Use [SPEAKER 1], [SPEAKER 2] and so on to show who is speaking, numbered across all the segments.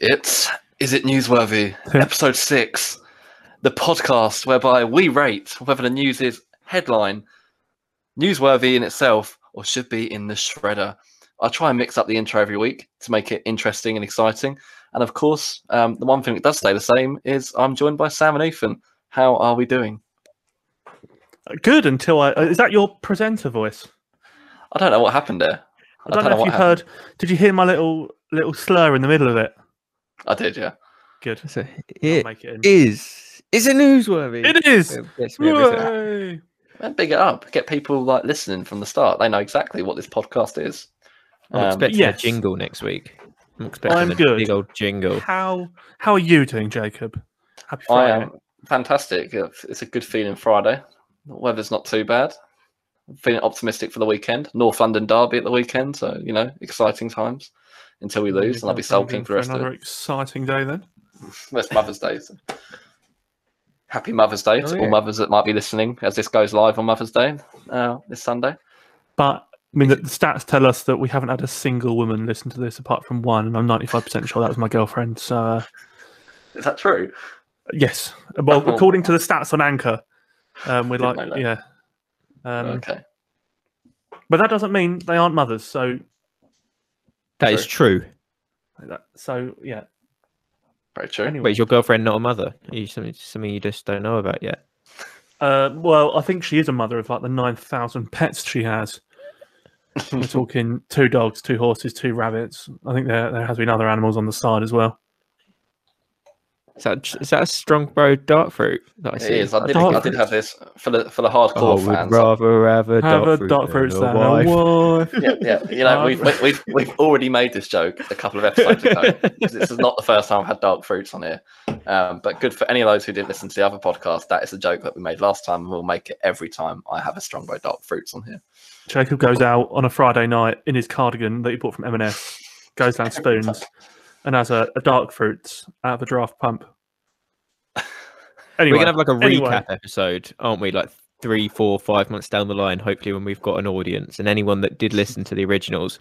[SPEAKER 1] It's Is It Newsworthy, episode six, the podcast whereby we rate whether the news is headline, newsworthy in itself, or should be in the shredder. I try and mix up the intro every week to make it interesting and exciting. And of course, um, the one thing that does stay the same is I'm joined by Sam and Ethan. How are we doing?
[SPEAKER 2] Good until I. Is that your presenter voice?
[SPEAKER 1] I don't know what happened there.
[SPEAKER 2] I don't, know, if you heard. Did you hear my little little slur in the middle of it?
[SPEAKER 1] I did, yeah.
[SPEAKER 2] Good.
[SPEAKER 3] So
[SPEAKER 2] I'll
[SPEAKER 3] it
[SPEAKER 2] make it. In.
[SPEAKER 3] is. Is it newsworthy?
[SPEAKER 2] It is.
[SPEAKER 3] Well, yes, we have it.
[SPEAKER 2] Hooray!
[SPEAKER 1] And big it up. Get people like listening from the start. They know exactly what this podcast is.
[SPEAKER 3] I'm
[SPEAKER 1] Um,
[SPEAKER 3] expecting
[SPEAKER 2] yes.
[SPEAKER 3] a jingle next week. I'm expecting
[SPEAKER 2] I'm
[SPEAKER 3] a
[SPEAKER 2] good.
[SPEAKER 3] big old jingle.
[SPEAKER 2] How how are you doing, Jacob? Happy
[SPEAKER 1] I
[SPEAKER 2] Friday.
[SPEAKER 1] am fantastic. It's it's a good feeling Friday. The weather's not too bad. I'm feeling optimistic for the weekend. North London Derby at the weekend, so you know, exciting times. Until we lose, and I'll be sulking for the rest of
[SPEAKER 2] another
[SPEAKER 1] it.
[SPEAKER 2] exciting day. Then
[SPEAKER 1] That's Mother's Day. so. Happy Mother's Day to
[SPEAKER 3] Oh,
[SPEAKER 1] all
[SPEAKER 3] yeah.
[SPEAKER 1] mothers that might be listening as this goes live on Mother's Day uh, this Sunday.
[SPEAKER 2] But I mean, the, the stats tell us that we haven't had a single woman listen to this apart from one, and I'm 95% sure that was my girlfriend. So, uh,
[SPEAKER 1] Is that true?
[SPEAKER 2] yes. Well,
[SPEAKER 1] Oh.
[SPEAKER 2] according to the stats on Anchor, um, we're
[SPEAKER 1] Didn't
[SPEAKER 2] like,
[SPEAKER 1] know that.
[SPEAKER 2] yeah. Um,
[SPEAKER 1] okay.
[SPEAKER 2] But that doesn't mean they aren't mothers. So,
[SPEAKER 3] That is true.
[SPEAKER 2] that- so yeah.
[SPEAKER 1] Very true.
[SPEAKER 2] Anyway,
[SPEAKER 3] Wait, is your girlfriend not a mother? Are you something, something you just don't know about yet?
[SPEAKER 2] uh, well, I think she is a mother of like the 9,000 pets she has. We're talking two dogs, two horses, two rabbits. I think there, there has been other animals on the side as well.
[SPEAKER 3] Is that is that a Strongbro dark fruit that I
[SPEAKER 1] It
[SPEAKER 3] see?
[SPEAKER 1] is. I did,
[SPEAKER 2] Dark
[SPEAKER 1] I did
[SPEAKER 2] fruit.
[SPEAKER 1] have this for the for the hardcore
[SPEAKER 3] Oh, would
[SPEAKER 1] fans.
[SPEAKER 3] rather have a
[SPEAKER 2] Have
[SPEAKER 3] dark
[SPEAKER 2] a
[SPEAKER 3] fruit
[SPEAKER 2] dark fruit
[SPEAKER 3] a
[SPEAKER 2] than a wife.
[SPEAKER 1] yeah, yeah. You know, we've, we've, we've, we've already made this joke a couple of episodes ago. 'cause this is not the first time I've had dark fruits on here. Um, but good for any of those who didn't listen to the other podcast. That is a joke that we made last time, and we'll make it every time I have a Strongbow dark fruits on here.
[SPEAKER 2] Jacob goes out on a Friday night in his cardigan that he bought from M&S, goes down spoons, and has a, a dark fruits out of a draft pump. Anyway,
[SPEAKER 3] We're gonna have like a
[SPEAKER 2] anyway.
[SPEAKER 3] recap episode, aren't we? Like three, four, five months down the line, hopefully when we've got an audience and anyone that did listen to the originals,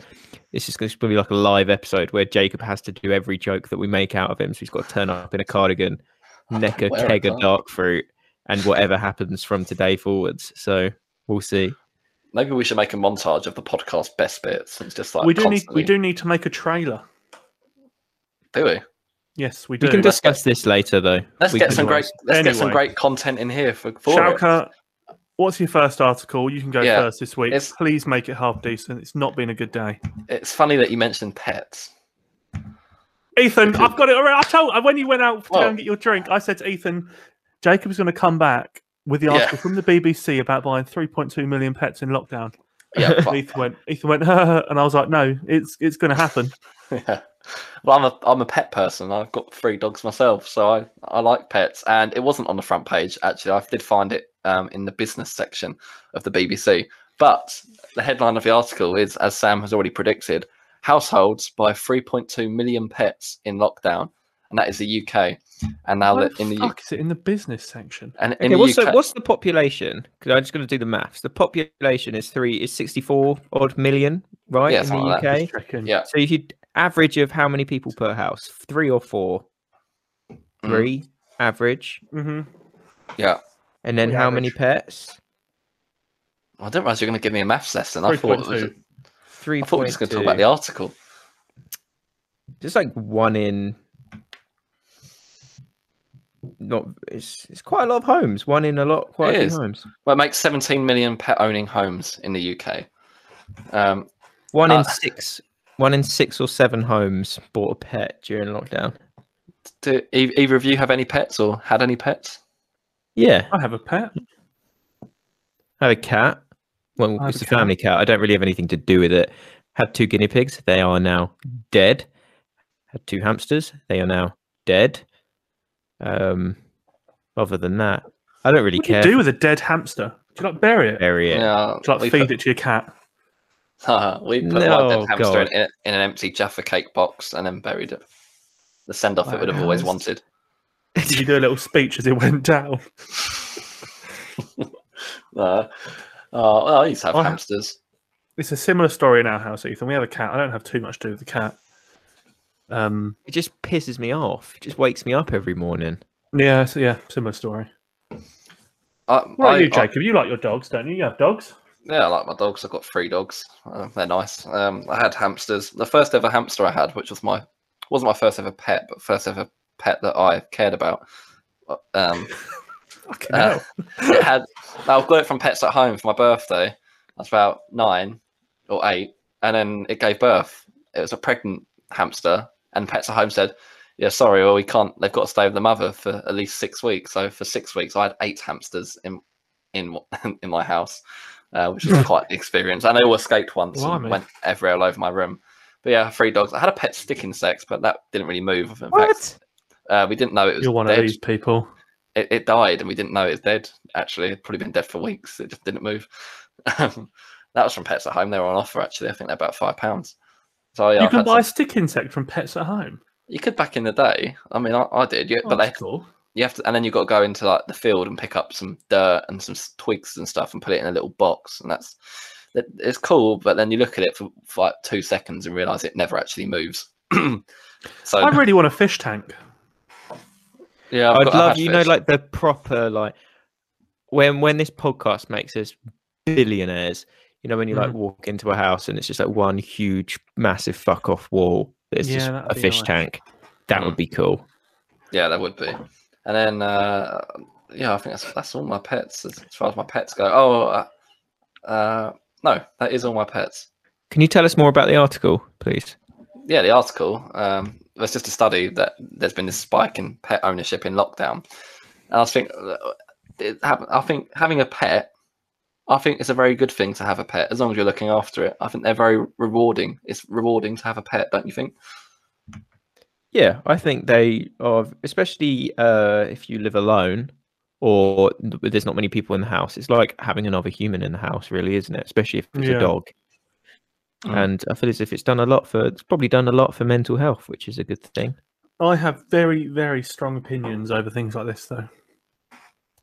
[SPEAKER 3] it's just gonna be like a live episode where Jacob has to do every joke that we make out of him. So he's got to turn up in a cardigan, neck a
[SPEAKER 1] Wear a
[SPEAKER 3] keg of
[SPEAKER 1] card.
[SPEAKER 3] dark fruit, and whatever happens from today forwards. So we'll see.
[SPEAKER 1] Maybe we should make a montage of the podcast best bits. It's just like
[SPEAKER 2] we do need we
[SPEAKER 1] constantly-
[SPEAKER 2] do need to make a trailer.
[SPEAKER 1] do we?
[SPEAKER 2] Yes, we do.
[SPEAKER 3] We can
[SPEAKER 1] let's
[SPEAKER 3] discuss this later though.
[SPEAKER 1] Let's
[SPEAKER 3] We
[SPEAKER 1] get
[SPEAKER 3] can-
[SPEAKER 1] some great let's get some
[SPEAKER 2] Anyway.
[SPEAKER 1] great content in here for, for it.
[SPEAKER 2] Shauka, what's your first article? You can go
[SPEAKER 1] Yeah,
[SPEAKER 2] first this week.
[SPEAKER 1] it's-
[SPEAKER 2] Please make it half decent. It's not been a good day.
[SPEAKER 1] It's funny that you mentioned pets.
[SPEAKER 2] Ethan,
[SPEAKER 1] Okay.
[SPEAKER 2] I've got it already. I told I- when you went out to go
[SPEAKER 1] Well-
[SPEAKER 2] and get your drink, I said to Ethan, Jacob's going to come back with the
[SPEAKER 1] Yeah.
[SPEAKER 2] article from the BBC about buying 3.2 million pets in lockdown.
[SPEAKER 1] Yeah,
[SPEAKER 2] And
[SPEAKER 1] but-
[SPEAKER 2] Ethan went. Ethan went, and I was like, "No, it's it's going to happen."
[SPEAKER 1] Yeah. Well, I'm a I'm a pet person. I've got three dogs myself, so I I like pets. And it wasn't on the front page actually. I did find it um, in the business section of the BBC. But the headline of the article is, as Sam has already predicted, households buy 3.2 million pets in lockdown, and that is the UK. And now
[SPEAKER 2] Why
[SPEAKER 1] that in the U-
[SPEAKER 2] fuck is it in the business section?
[SPEAKER 1] and in
[SPEAKER 3] Okay,
[SPEAKER 1] the
[SPEAKER 3] what's the,
[SPEAKER 1] UK
[SPEAKER 3] what's the population? Because I'm just going to do the maths. The population is three is 64 odd million, right?
[SPEAKER 1] Yeah,
[SPEAKER 3] in
[SPEAKER 1] something like
[SPEAKER 3] the
[SPEAKER 1] that.
[SPEAKER 3] UK.
[SPEAKER 2] Just checking.
[SPEAKER 1] Yeah.
[SPEAKER 3] So if you average of how many people per house, three or four,
[SPEAKER 1] Mm.
[SPEAKER 3] three average,
[SPEAKER 2] Mhm.
[SPEAKER 1] yeah.
[SPEAKER 3] and then
[SPEAKER 2] We
[SPEAKER 3] how many
[SPEAKER 2] average.
[SPEAKER 3] pets?
[SPEAKER 1] I didn't realize you were going to give me a maths lesson. I thought it was,
[SPEAKER 2] 3.2.
[SPEAKER 3] Three.
[SPEAKER 1] I thought we were just going to talk about the article.
[SPEAKER 3] Just like one in. Not it's it's quite a lot of homes. One in a lot, quite
[SPEAKER 1] It
[SPEAKER 3] a
[SPEAKER 1] is.
[SPEAKER 3] few homes.
[SPEAKER 1] Well, it makes 17 million pet owning homes in the UK. Um,
[SPEAKER 3] One
[SPEAKER 1] Uh,
[SPEAKER 3] in six. One in six or seven homes bought a pet during lockdown.
[SPEAKER 1] Do e- either of you have any pets or had any pets?
[SPEAKER 3] Yeah,
[SPEAKER 2] I have a pet.
[SPEAKER 3] I had a cat. Well,
[SPEAKER 2] I have
[SPEAKER 3] it's
[SPEAKER 2] a
[SPEAKER 3] a family cat. I don't really have anything to do with it. Had two guinea pigs. They are now dead. Had two hamsters. They are now dead. Um, other than that, I don't really
[SPEAKER 2] What do
[SPEAKER 3] care.
[SPEAKER 2] you do with a dead hamster? Do you like bury it?
[SPEAKER 3] for bury it.
[SPEAKER 1] Yeah,
[SPEAKER 2] Do you
[SPEAKER 1] we
[SPEAKER 2] like feed
[SPEAKER 1] put,
[SPEAKER 2] it to your cat?
[SPEAKER 1] we put one dead
[SPEAKER 3] No,
[SPEAKER 1] hamster in,
[SPEAKER 3] God.
[SPEAKER 1] in, in an empty Jaffa cake box and then buried it. The send off it would have
[SPEAKER 2] Wow,
[SPEAKER 1] always
[SPEAKER 2] that's-
[SPEAKER 1] wanted.
[SPEAKER 2] Did you do a little speech as it went down?
[SPEAKER 1] Uh, oh, well, I used to have
[SPEAKER 2] I ha-
[SPEAKER 1] hamsters.
[SPEAKER 2] It's a similar story in our house, Ethan. We have a cat. I don't have too much to do with the cat. Um,
[SPEAKER 3] It just pisses me off. It just wakes me up every morning.
[SPEAKER 2] yeah, so yeah, similar story.
[SPEAKER 1] I,
[SPEAKER 2] What about
[SPEAKER 1] I-
[SPEAKER 2] you,
[SPEAKER 1] I-
[SPEAKER 2] Jacob? You like your dogs, don't you? You have dogs.
[SPEAKER 1] Yeah, I like my dogs. I've got three dogs. Uh, they're nice. Um, I had hamsters. The first ever hamster I had, which was my wasn't my first ever pet, but first ever pet that I cared about. uh, Um,
[SPEAKER 2] Fucking
[SPEAKER 1] uh, it had. I got it from Pets at Home for my birthday. I was about nine or eight, and then it gave birth. It was a pregnant hamster, and Pets at Home said, "Yeah, sorry, well we can't. They've got to stay with the mother for at least six weeks." So for six weeks, I had eight hamsters in in in my house, uh, which was quite the experience. And they all escaped once
[SPEAKER 2] Hmm. Blimey.
[SPEAKER 1] and went everywhere all over my room. But yeah, three dogs. I had a pet stick insect, but that didn't really move. In fact,
[SPEAKER 3] What?
[SPEAKER 1] uh, we didn't know it was
[SPEAKER 2] You're one
[SPEAKER 1] dead
[SPEAKER 2] of these people.
[SPEAKER 1] it, it died and we didn't know it was dead actually it'd probably been dead for weeks it just didn't move Um, that was from pets at home they were on offer actually i think they're about five pounds so yeah,
[SPEAKER 2] you
[SPEAKER 1] I've
[SPEAKER 2] can
[SPEAKER 1] had
[SPEAKER 2] buy a
[SPEAKER 1] some-
[SPEAKER 2] stick insect from Pets at Home.
[SPEAKER 1] you could back in the day i mean i, I did yeah,
[SPEAKER 2] Oh,
[SPEAKER 1] but they,
[SPEAKER 2] that's cool.
[SPEAKER 1] you have to and then you've got to go into like the field and pick up some dirt and some s- twigs and stuff and put it in a little box and that's that, it's cool but then you look at it for, for like two seconds and realize it never actually moves so
[SPEAKER 2] I really want a fish tank.
[SPEAKER 1] yeah I've
[SPEAKER 3] I'd
[SPEAKER 1] got a
[SPEAKER 3] love
[SPEAKER 1] hatch
[SPEAKER 3] you know
[SPEAKER 1] fish.
[SPEAKER 3] like the proper like when when this podcast makes us billionaires. You know when you like
[SPEAKER 2] Mhm.
[SPEAKER 3] walk into a house and it's just like one huge massive fuck off wall. It's
[SPEAKER 2] Yeah,
[SPEAKER 3] just
[SPEAKER 2] that'd
[SPEAKER 3] a
[SPEAKER 2] be
[SPEAKER 3] fish
[SPEAKER 2] nice. Mm.
[SPEAKER 3] tank. That would be cool.
[SPEAKER 1] Yeah, that would be. And then, uh, yeah, I think that's that's all my pets as, as far as my pets go. Oh, uh, uh, no, that is all my pets.
[SPEAKER 3] Can you tell us more about the article, please?
[SPEAKER 1] Yeah, the article. Um, there's just a study that there's been this spike in pet ownership in lockdown, and I think uh, it hap- I think having a pet, I think it's a very good thing to have a pet as long as you're looking after it. I think they're very rewarding. It's rewarding to have a pet, don't you think?
[SPEAKER 3] Yeah, I think they are, especially uh, if you live alone or n- there's not many people in the house. It's like having another human in the house, really, isn't it? Especially if it's
[SPEAKER 2] Yeah.
[SPEAKER 3] a dog.
[SPEAKER 1] Mm.
[SPEAKER 3] And uh, I feel as if it's done a lot for, it's probably done a lot for mental health, which is a good thing.
[SPEAKER 2] I have very, very strong opinions over things like this, though.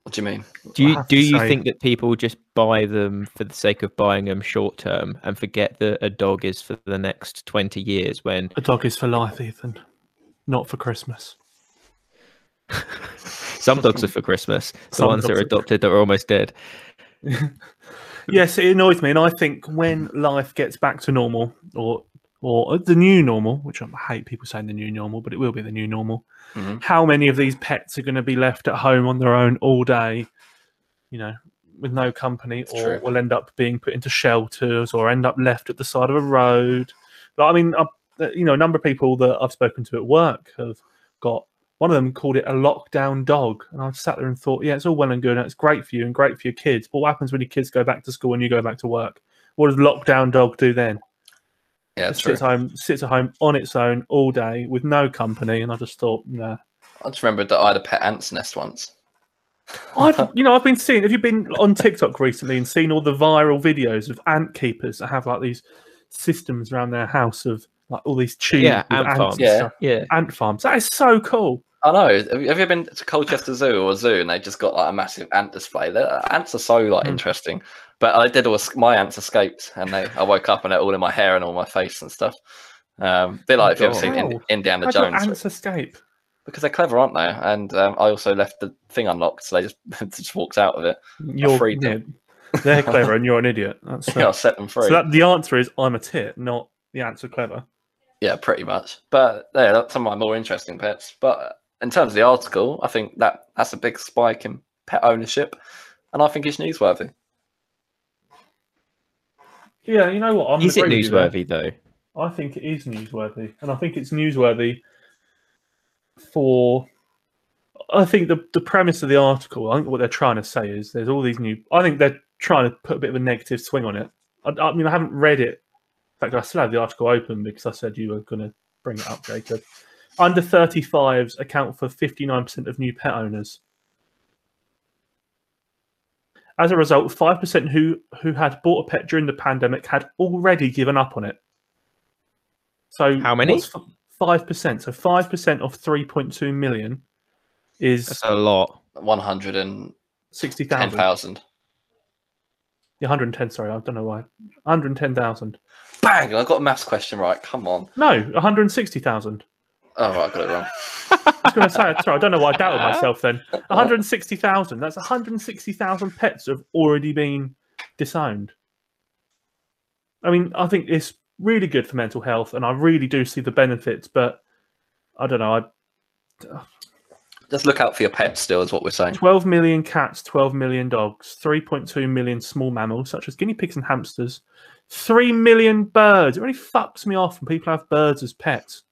[SPEAKER 1] What do you mean?
[SPEAKER 3] Do you
[SPEAKER 2] have
[SPEAKER 3] do
[SPEAKER 2] to
[SPEAKER 3] you
[SPEAKER 2] say-
[SPEAKER 3] think that people just buy them for the sake of buying them short term and forget that a dog is for the next twenty years? When
[SPEAKER 2] A dog is for life, Ethan, not for Christmas.
[SPEAKER 3] some dogs are for Christmas, the
[SPEAKER 2] Some
[SPEAKER 3] ones that
[SPEAKER 2] dogs
[SPEAKER 3] are
[SPEAKER 2] are-
[SPEAKER 3] adopted that are almost dead.
[SPEAKER 2] Yes, it annoys me, and I think when life gets back to normal, or or uh, the new normal, which I hate people saying the new normal, but it will be the new normal.
[SPEAKER 1] Mhm.
[SPEAKER 2] How many of these pets are going to be left at home on their own all day, you know, with no company,
[SPEAKER 1] It's
[SPEAKER 2] or
[SPEAKER 1] true.
[SPEAKER 2] will end up being put into shelters, or end up left at the side of a road? But I mean, I, you know, a number of people that I've spoken to at work have got one of them called it a lockdown dog. And I sat there and thought, yeah, it's all well and good. And it's great for you and great for your kids. But what happens when your kids go back to school and you go back to work? What does lockdown dog do then?
[SPEAKER 1] Yeah,
[SPEAKER 2] It
[SPEAKER 1] it's true.
[SPEAKER 2] sits home, sits at home on its own all day with no company. And I just thought, nah.
[SPEAKER 1] I just remembered that I had a pet ant's nest once.
[SPEAKER 2] I've, you know, I've been seeing. Have you been on TikTok recently and seen all the viral videos of ant keepers that have like these systems around their house of like all these tubes,
[SPEAKER 3] Yeah,
[SPEAKER 2] with
[SPEAKER 3] ant
[SPEAKER 2] ants
[SPEAKER 3] farms.
[SPEAKER 2] and
[SPEAKER 1] Yeah.
[SPEAKER 2] stuff?
[SPEAKER 3] Yeah,
[SPEAKER 2] ant farms. That is so cool.
[SPEAKER 1] I know. Have you, have you been to Colchester Zoo or a zoo and they just got like a massive ant display? The ants are so like
[SPEAKER 2] Mm.
[SPEAKER 1] interesting. But I did all my ants escaped and they I woke up and they're all in my hair and all my face and stuff. Um, they're like if you ever seen
[SPEAKER 2] Oh, Wow.
[SPEAKER 1] in, Indiana
[SPEAKER 2] How do
[SPEAKER 1] Jones
[SPEAKER 2] ants escape?
[SPEAKER 1] because they're clever, aren't they? And um, I also left the thing unlocked, so they just just walked out of it.
[SPEAKER 2] You're
[SPEAKER 1] freed
[SPEAKER 2] yeah, they're clever and you're an idiot. That's
[SPEAKER 1] Yeah, I
[SPEAKER 2] uh,
[SPEAKER 1] set them free.
[SPEAKER 2] so that the answer is I'm a tit, not the answer clever.
[SPEAKER 1] Yeah, pretty much. But yeah, that's some of my more interesting pets. But uh, in terms of the article, I think that that's a big spike in pet ownership, and I think it's newsworthy.
[SPEAKER 2] Yeah, you know what? I'm
[SPEAKER 3] is it
[SPEAKER 2] agree with you there.
[SPEAKER 3] newsworthy though?
[SPEAKER 2] I think it is newsworthy, and I think it's newsworthy for. I think the the premise of the article, I think what they're trying to say is there's all these new. I think they're trying to put a bit of a negative swing on it. I, I mean, I haven't read it. In fact, I still have the article open because I said you were going to bring it up, Jacob. Under 35s account for 59% of new pet owners. As a result, 5% who, who had bought a pet during the pandemic had already given up on it. So
[SPEAKER 3] How many?
[SPEAKER 2] Five percent. So five percent of three point two million is
[SPEAKER 3] That's a lot.
[SPEAKER 1] One hundred and
[SPEAKER 2] sixty
[SPEAKER 1] ten
[SPEAKER 2] thousand.
[SPEAKER 1] thousand.
[SPEAKER 2] One hundred and ten. Sorry, I don't know why. One hundred ten thousand.
[SPEAKER 1] Bang! I got a maths question right. Come on.
[SPEAKER 2] No, one hundred sixty thousand.
[SPEAKER 1] Oh, right, I got it wrong.
[SPEAKER 2] I was going to say, sorry, I don't know why I doubted myself then. 160,000. That's 160,000 pets have already been disowned. I mean, I think it's really good for mental health, and I really do see the benefits, but I don't know. I,
[SPEAKER 1] Just look out for your pets. Still, is what we're saying.
[SPEAKER 2] 12 million cats, 12 million dogs, 3.2 million small mammals, such as guinea pigs and hamsters, 3 million birds. It really fucks me off when people have birds as pets.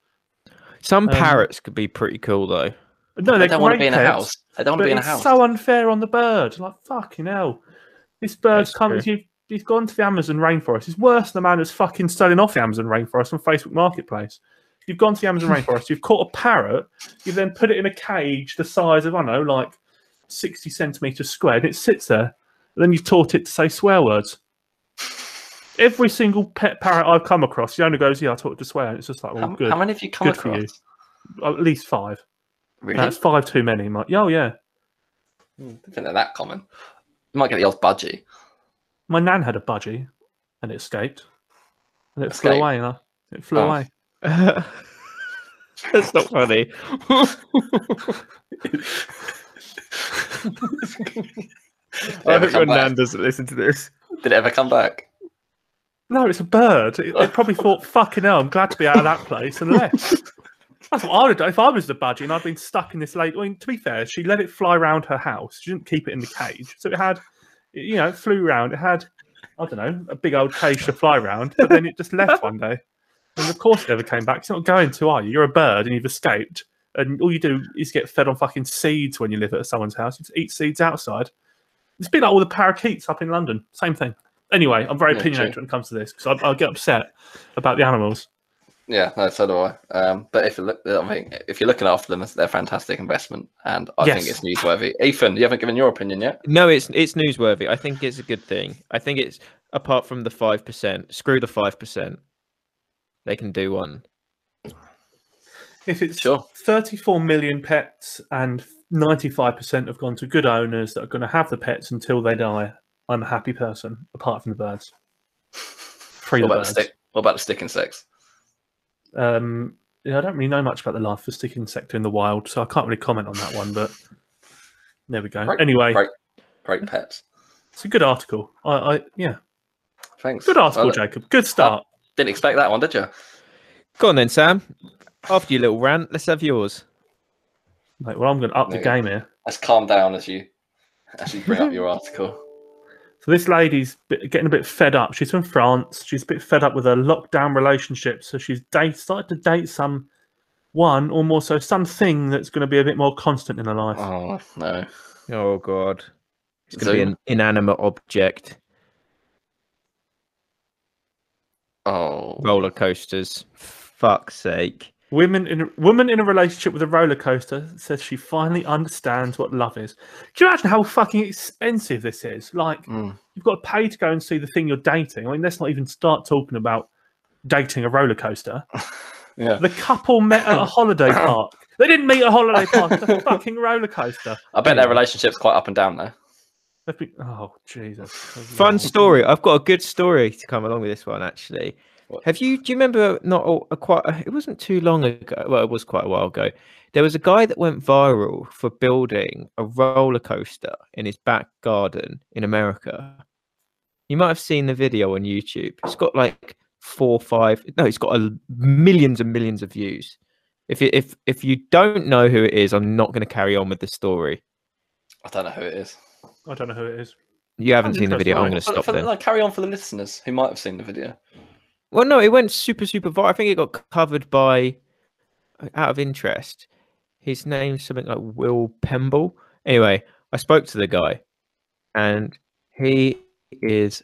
[SPEAKER 3] Some
[SPEAKER 2] Um,
[SPEAKER 3] parrots could be pretty cool though.
[SPEAKER 2] No,
[SPEAKER 1] I
[SPEAKER 2] they're
[SPEAKER 1] don't want to
[SPEAKER 2] great
[SPEAKER 1] be in a
[SPEAKER 2] pets.
[SPEAKER 1] house. I don't want to
[SPEAKER 2] But
[SPEAKER 1] be in a
[SPEAKER 2] it's
[SPEAKER 1] house.
[SPEAKER 2] so unfair on the bird. Like fucking hell, this bird's
[SPEAKER 3] That's
[SPEAKER 2] come. He's, he's gone to the Amazon rainforest. It's worse than the man that's fucking selling off the Amazon rainforest on Facebook Marketplace. You've gone to the Amazon rainforest. You've caught a parrot. You've then put it in a cage the size of I don't know, like sixty centimeters square, and it sits there. And then you've taught it to say swear words. Every single pet parrot I've come across, he only goes, "Yeah, I taught it to swear." And it's just like, well,
[SPEAKER 1] how,
[SPEAKER 2] good.
[SPEAKER 1] how many have you come
[SPEAKER 2] Good for
[SPEAKER 1] across?
[SPEAKER 2] you. At least five.
[SPEAKER 1] Really?
[SPEAKER 2] That's five too many. Mike. Oh yeah.
[SPEAKER 1] I don't think they're that common. You might get the odd budgie.
[SPEAKER 2] my nan had a budgie and it escaped and it
[SPEAKER 1] Escaped?
[SPEAKER 2] flew away and I, it flew
[SPEAKER 1] Oh.
[SPEAKER 2] away
[SPEAKER 3] That's not funny.
[SPEAKER 1] Did it,
[SPEAKER 3] I
[SPEAKER 1] ever
[SPEAKER 3] hope your
[SPEAKER 1] come back?
[SPEAKER 3] nan doesn't listen to this.
[SPEAKER 1] Did it ever come back?
[SPEAKER 2] no it's a bird it, it probably thought fucking hell i'm glad to be out of that place and left that's what i would have done if i was the budgie and i'd been stuck in this lake i mean to be fair she let it fly around her house she didn't keep it in the cage so it had it, you know it flew around it had i don't know a big old cage to fly around but then it just left one day and of course it never came back it's not going to are you you're a bird and you've escaped and all you do is get fed on fucking seeds when you live at someone's house. You just eat seeds outside. It's been like all the parakeets up in London. Same thing. Anyway, I'm very
[SPEAKER 1] Yeah,
[SPEAKER 2] opinionated
[SPEAKER 1] true.
[SPEAKER 2] when it comes to this because I, I get upset about the animals.
[SPEAKER 1] Yeah, no, so do I. Um, but if you look, I think if you're looking after them, they're a fantastic investment, and I think it's
[SPEAKER 2] Yes.
[SPEAKER 1] newsworthy. Ethan, you haven't given your opinion yet.
[SPEAKER 3] No, it's it's newsworthy. I think it's a good thing. I think it's apart from the five percent. Screw the five percent. They can do one.
[SPEAKER 2] If it's
[SPEAKER 1] Sure.
[SPEAKER 2] 34 million pets and 95% have gone to good owners that are going to have the pets until they die, I'm a happy person, apart from the birds. Free
[SPEAKER 1] What about
[SPEAKER 2] the
[SPEAKER 1] the
[SPEAKER 2] birds.
[SPEAKER 1] stick? What about the stick insects?
[SPEAKER 2] Um, yeah, I don't really know much about the life of stick insect in the wild, so I can't really comment on that one. But there we go.
[SPEAKER 1] Right,
[SPEAKER 2] Anyway,
[SPEAKER 1] right. Great pets.
[SPEAKER 2] it's a good article. I, I yeah,
[SPEAKER 1] Thanks.
[SPEAKER 2] good article,
[SPEAKER 1] Well, uh,
[SPEAKER 2] Jacob. Good start.
[SPEAKER 1] Didn't expect that one, did you?
[SPEAKER 3] Go on then, Sam. After your little rant, let's have yours.
[SPEAKER 2] Mate, well, I'm going to up the
[SPEAKER 1] uh, There you
[SPEAKER 2] game here.
[SPEAKER 1] Let's calm down as you as you bring up your article.
[SPEAKER 2] So this lady's bit, getting a bit fed up. She's from France. She's a bit fed up with her lockdown relationship, so she's date started to date some one or more so something that's going to be a bit more constant in her life.
[SPEAKER 1] Oh no.
[SPEAKER 3] Oh God, it's gonna be
[SPEAKER 1] Zoom.
[SPEAKER 3] an inanimate object.
[SPEAKER 1] Oh.
[SPEAKER 3] Roller coasters. Fuck's sake.
[SPEAKER 2] Women in woman in a relationship with a roller coaster says she finally understands what love is. Can you imagine how fucking expensive this is? Like
[SPEAKER 1] Mm.
[SPEAKER 2] you've got to pay to go and see the thing you're dating. I mean, let's not even start talking about dating a roller coaster.
[SPEAKER 1] Yeah.
[SPEAKER 2] The couple met at a holiday park. They didn't meet at a holiday park. It's a fucking roller coaster.
[SPEAKER 1] I bet their relationship's quite up and down though.
[SPEAKER 2] They've been- oh Jesus!
[SPEAKER 3] Fun story. I've got a good story to come along with this one, actually.
[SPEAKER 1] What?
[SPEAKER 3] Have you? Do you remember? Not a, a quite. a- it wasn't too long ago. Well, it was quite a while ago. There was a guy that went viral for building a roller coaster in his back garden in America. You might have seen the video on YouTube. It's got like four, five. No, it's got a, l- millions and millions of views. If you, if if you don't know who it is, I'm not going to carry on with the story.
[SPEAKER 1] I don't know who it is.
[SPEAKER 2] I don't know who it is.
[SPEAKER 3] You haven't seen the
[SPEAKER 2] interesting.
[SPEAKER 3] video. I'm
[SPEAKER 2] Right.
[SPEAKER 3] going to
[SPEAKER 1] For-
[SPEAKER 3] stop
[SPEAKER 1] for-
[SPEAKER 3] then.
[SPEAKER 1] no, carry on for the listeners who might have seen the video.
[SPEAKER 3] Well, no, it went super, super viral. I think it got c- covered by, uh, out of interest, his name's something like Will Pemble. Anyway, I spoke to the guy, and he is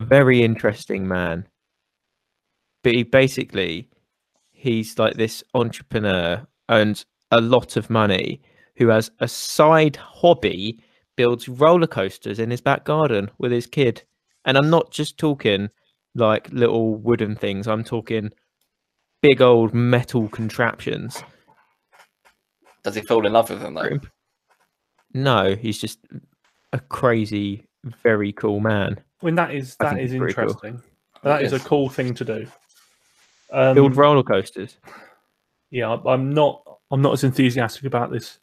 [SPEAKER 3] a very interesting man. But he basically, he's like this entrepreneur, earns a lot of money, who has a side hobby, builds roller coasters in his back garden with his kid. And I'm not just talking like little wooden things. I'm talking big old metal contraptions.
[SPEAKER 1] Does he fall in love with them though?
[SPEAKER 3] Grim. No, he's just a crazy, very cool man.
[SPEAKER 2] I mean, that is
[SPEAKER 3] I
[SPEAKER 2] that
[SPEAKER 3] think
[SPEAKER 2] is
[SPEAKER 3] it's pretty cool.
[SPEAKER 2] interesting. That is a cool thing to do. Um,
[SPEAKER 3] Build roller coasters.
[SPEAKER 2] yeah, I- I'm not. I'm not as enthusiastic about this.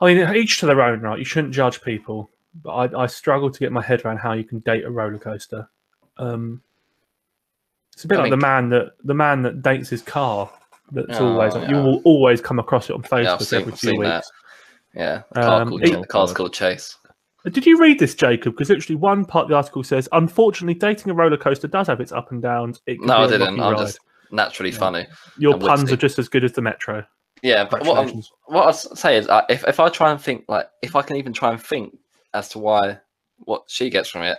[SPEAKER 2] I mean, each to their own, right? You shouldn't judge people, but I, I struggle to get my head around how you can date a roller coaster. Um, it's a bit
[SPEAKER 1] I
[SPEAKER 2] like
[SPEAKER 1] mean-
[SPEAKER 2] the man that the man that dates his car. That's
[SPEAKER 1] Oh,
[SPEAKER 2] always
[SPEAKER 1] yeah.
[SPEAKER 2] you will always come across it on Facebook
[SPEAKER 1] Yeah, I've seen,
[SPEAKER 2] every
[SPEAKER 1] I've
[SPEAKER 2] few
[SPEAKER 1] seen
[SPEAKER 2] weeks.
[SPEAKER 1] that. Yeah, the car
[SPEAKER 2] Um,
[SPEAKER 1] called,
[SPEAKER 2] it-
[SPEAKER 1] the car's called Chase.
[SPEAKER 2] Uh, Did you read this, Jacob? Because literally one part of the article says, unfortunately, dating a roller coaster does have its up and downs. It can
[SPEAKER 1] No,
[SPEAKER 2] be
[SPEAKER 1] I
[SPEAKER 2] a
[SPEAKER 1] didn't.
[SPEAKER 2] rocky
[SPEAKER 1] I'm
[SPEAKER 2] ride.
[SPEAKER 1] just naturally
[SPEAKER 2] Yeah.
[SPEAKER 1] funny.
[SPEAKER 2] Your
[SPEAKER 1] I'm
[SPEAKER 2] puns
[SPEAKER 1] witty.
[SPEAKER 2] are just as good as the metro.
[SPEAKER 1] Yeah, but what I'm,
[SPEAKER 2] Congratulations.
[SPEAKER 1] what I s- say is, I if if I try and think like if I can even try and think as to why what she gets from it,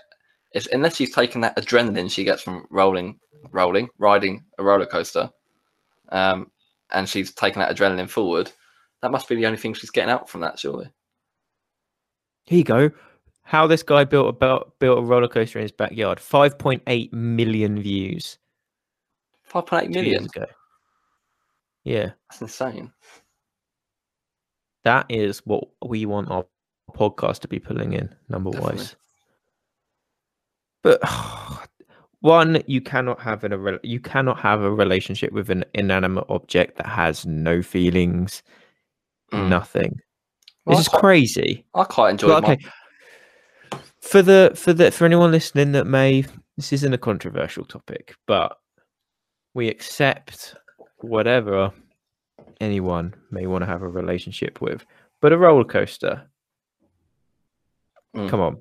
[SPEAKER 1] if unless she's taken that adrenaline she gets from rolling, rolling, riding a roller coaster, um, and she's taken that adrenaline forward, that must be the only thing she's getting out from that, surely.
[SPEAKER 3] Here you go. How this guy built a bel- built a roller coaster in his backyard. Five point eight million views.
[SPEAKER 1] Five point eight
[SPEAKER 3] two years
[SPEAKER 1] million.
[SPEAKER 3] ago. Yeah,
[SPEAKER 1] That's insane.
[SPEAKER 3] that is what we want our podcast to be pulling in number
[SPEAKER 1] Definitely.
[SPEAKER 3] wise. But one, you cannot have an a rel- you cannot have a relationship with an inanimate object that has no feelings,
[SPEAKER 1] Mm.
[SPEAKER 3] nothing.
[SPEAKER 1] Well, I
[SPEAKER 3] this is
[SPEAKER 1] quite-
[SPEAKER 3] crazy.
[SPEAKER 1] I quite enjoyed.
[SPEAKER 3] Well,
[SPEAKER 1] my-
[SPEAKER 3] okay. For the for the for anyone listening that may this isn't a controversial topic, but we accept whatever anyone may want to have a relationship with. But a roller coaster.
[SPEAKER 1] Mm.
[SPEAKER 3] Come on.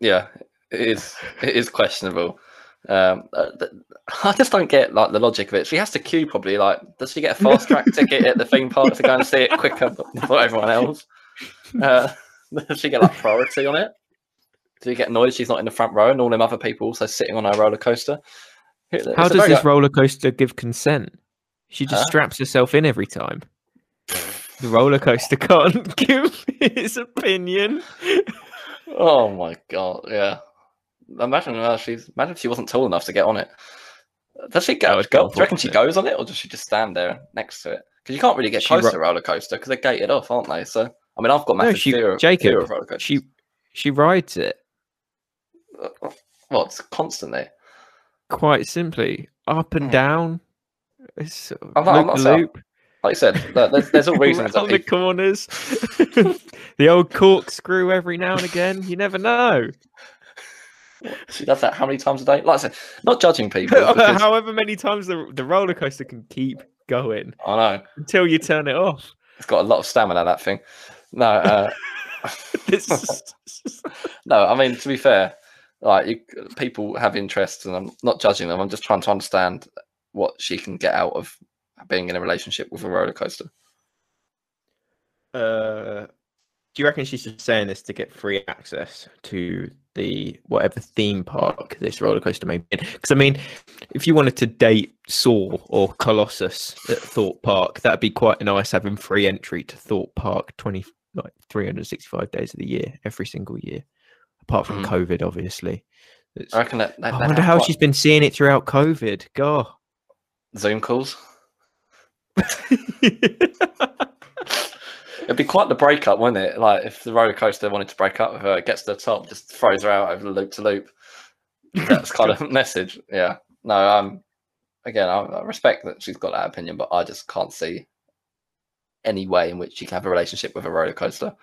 [SPEAKER 1] yeah it is it is questionable um uh, th- i just don't get like the logic of it she has to queue probably like does she get a fast track ticket at the theme park to go and see it quicker before everyone else uh does she get like priority on it do you get annoyed she's not in the front row and all them other people also sitting on her roller coaster It-
[SPEAKER 3] How
[SPEAKER 1] it's a
[SPEAKER 3] does
[SPEAKER 1] very-
[SPEAKER 3] this roller coaster give consent? She just
[SPEAKER 1] Huh?
[SPEAKER 3] straps herself in every time. The roller coaster can't give his opinion.
[SPEAKER 1] oh my god yeah imagine uh, she's imagine if she wasn't tall enough to get on it does she
[SPEAKER 3] That
[SPEAKER 1] go,
[SPEAKER 3] would be
[SPEAKER 1] go do you reckon she
[SPEAKER 3] unfortunate.
[SPEAKER 1] goes on it or does she just stand there next to it because you can't really get
[SPEAKER 3] She
[SPEAKER 1] close
[SPEAKER 3] ro-
[SPEAKER 1] to a roller coaster because they're gated off aren't they so i mean i've got
[SPEAKER 3] No,
[SPEAKER 1] massive
[SPEAKER 3] she-
[SPEAKER 1] fear, of,
[SPEAKER 3] Jacob,
[SPEAKER 1] fear of roller coasters
[SPEAKER 3] She she rides it.
[SPEAKER 1] well it's Uh, constantly
[SPEAKER 3] quite simply up and
[SPEAKER 1] Mm.
[SPEAKER 3] down it's
[SPEAKER 1] I'm not- I'm not
[SPEAKER 3] loop
[SPEAKER 1] so-
[SPEAKER 3] loop
[SPEAKER 1] like you said look, there's, there's all reasons that
[SPEAKER 3] around the
[SPEAKER 1] people,
[SPEAKER 3] corners the old corkscrew every now and again you never know
[SPEAKER 1] she does that how many times a day like i said not judging people because,
[SPEAKER 3] however many times the, the roller coaster can keep going
[SPEAKER 1] i know
[SPEAKER 3] until you turn it off
[SPEAKER 1] it's got a lot of stamina that thing no uh
[SPEAKER 3] This is-
[SPEAKER 1] No, I mean to be fair, like you, people have interests, and I'm not judging them. I'm just trying to understand what she can get out of being in a relationship with a roller coaster.
[SPEAKER 3] uh, do you reckon she's just saying this to get free access to the whatever theme park this roller coaster may be in? Because I mean, if you wanted to date Saw or Colossus at Thorpe Park, that'd be quite nice having free entry to Thorpe Park twenty like three hundred sixty-five days of the year, every single year, apart from
[SPEAKER 1] Mm.
[SPEAKER 3] COVID, obviously. It's-
[SPEAKER 1] I reckon that. that
[SPEAKER 3] I
[SPEAKER 1] that
[SPEAKER 3] wonder
[SPEAKER 1] have
[SPEAKER 3] how
[SPEAKER 1] quite-
[SPEAKER 3] she's been seeing it throughout COVID. God.
[SPEAKER 1] Zoom calls. It'd be quite the breakup, wouldn't it? Like if the roller coaster wanted to break up with her, it gets to the top, just throws her out over the loop to loop. That's kind of message. Yeah. No. Um. Again, I, I respect that she's got that opinion, but I just can't see any way in which she can have a relationship with a roller coaster.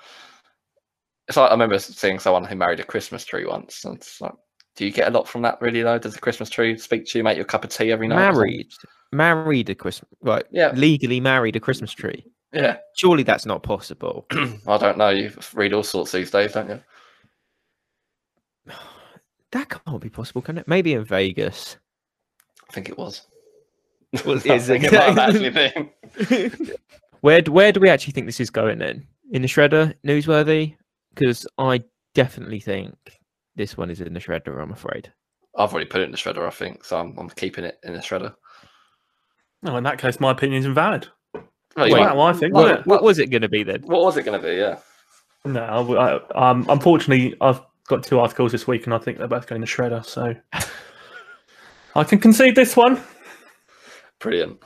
[SPEAKER 1] It's like I remember seeing someone who married a Christmas tree once, and it's like, do you get a lot from that really though? Does the Christmas tree speak to you, make your cup of tea every night? or something?
[SPEAKER 3] married. Married a Christmas right.
[SPEAKER 1] Yeah.
[SPEAKER 3] Legally married a Christmas tree.
[SPEAKER 1] Yeah.
[SPEAKER 3] Surely that's not possible.
[SPEAKER 1] I don't know. You read all sorts these days, don't you?
[SPEAKER 3] that can't be possible, can it? Maybe in Vegas.
[SPEAKER 1] I think it was.
[SPEAKER 3] Well,
[SPEAKER 1] I
[SPEAKER 3] is
[SPEAKER 1] think it might have actually been.
[SPEAKER 3] where d- where do we actually think this is going then? In the shredder, newsworthy? Because I definitely think this one is in the shredder. I'm afraid.
[SPEAKER 1] I've already put it in the shredder, I think, so I'm, I'm keeping it in the shredder.
[SPEAKER 2] No, in that case, my opinion's invalid.
[SPEAKER 1] Well,
[SPEAKER 3] Wait,
[SPEAKER 1] Oh, you
[SPEAKER 2] Well,
[SPEAKER 1] might-
[SPEAKER 2] well, uh, I think.
[SPEAKER 1] Well,
[SPEAKER 2] wasn't
[SPEAKER 3] What, what was it going to be then?
[SPEAKER 1] what was it going to be? Yeah.
[SPEAKER 2] it? No, I w- I- um, unfortunately, I've got two articles this week, and I think they're both going to shredder. So I can concede this one.
[SPEAKER 1] Brilliant.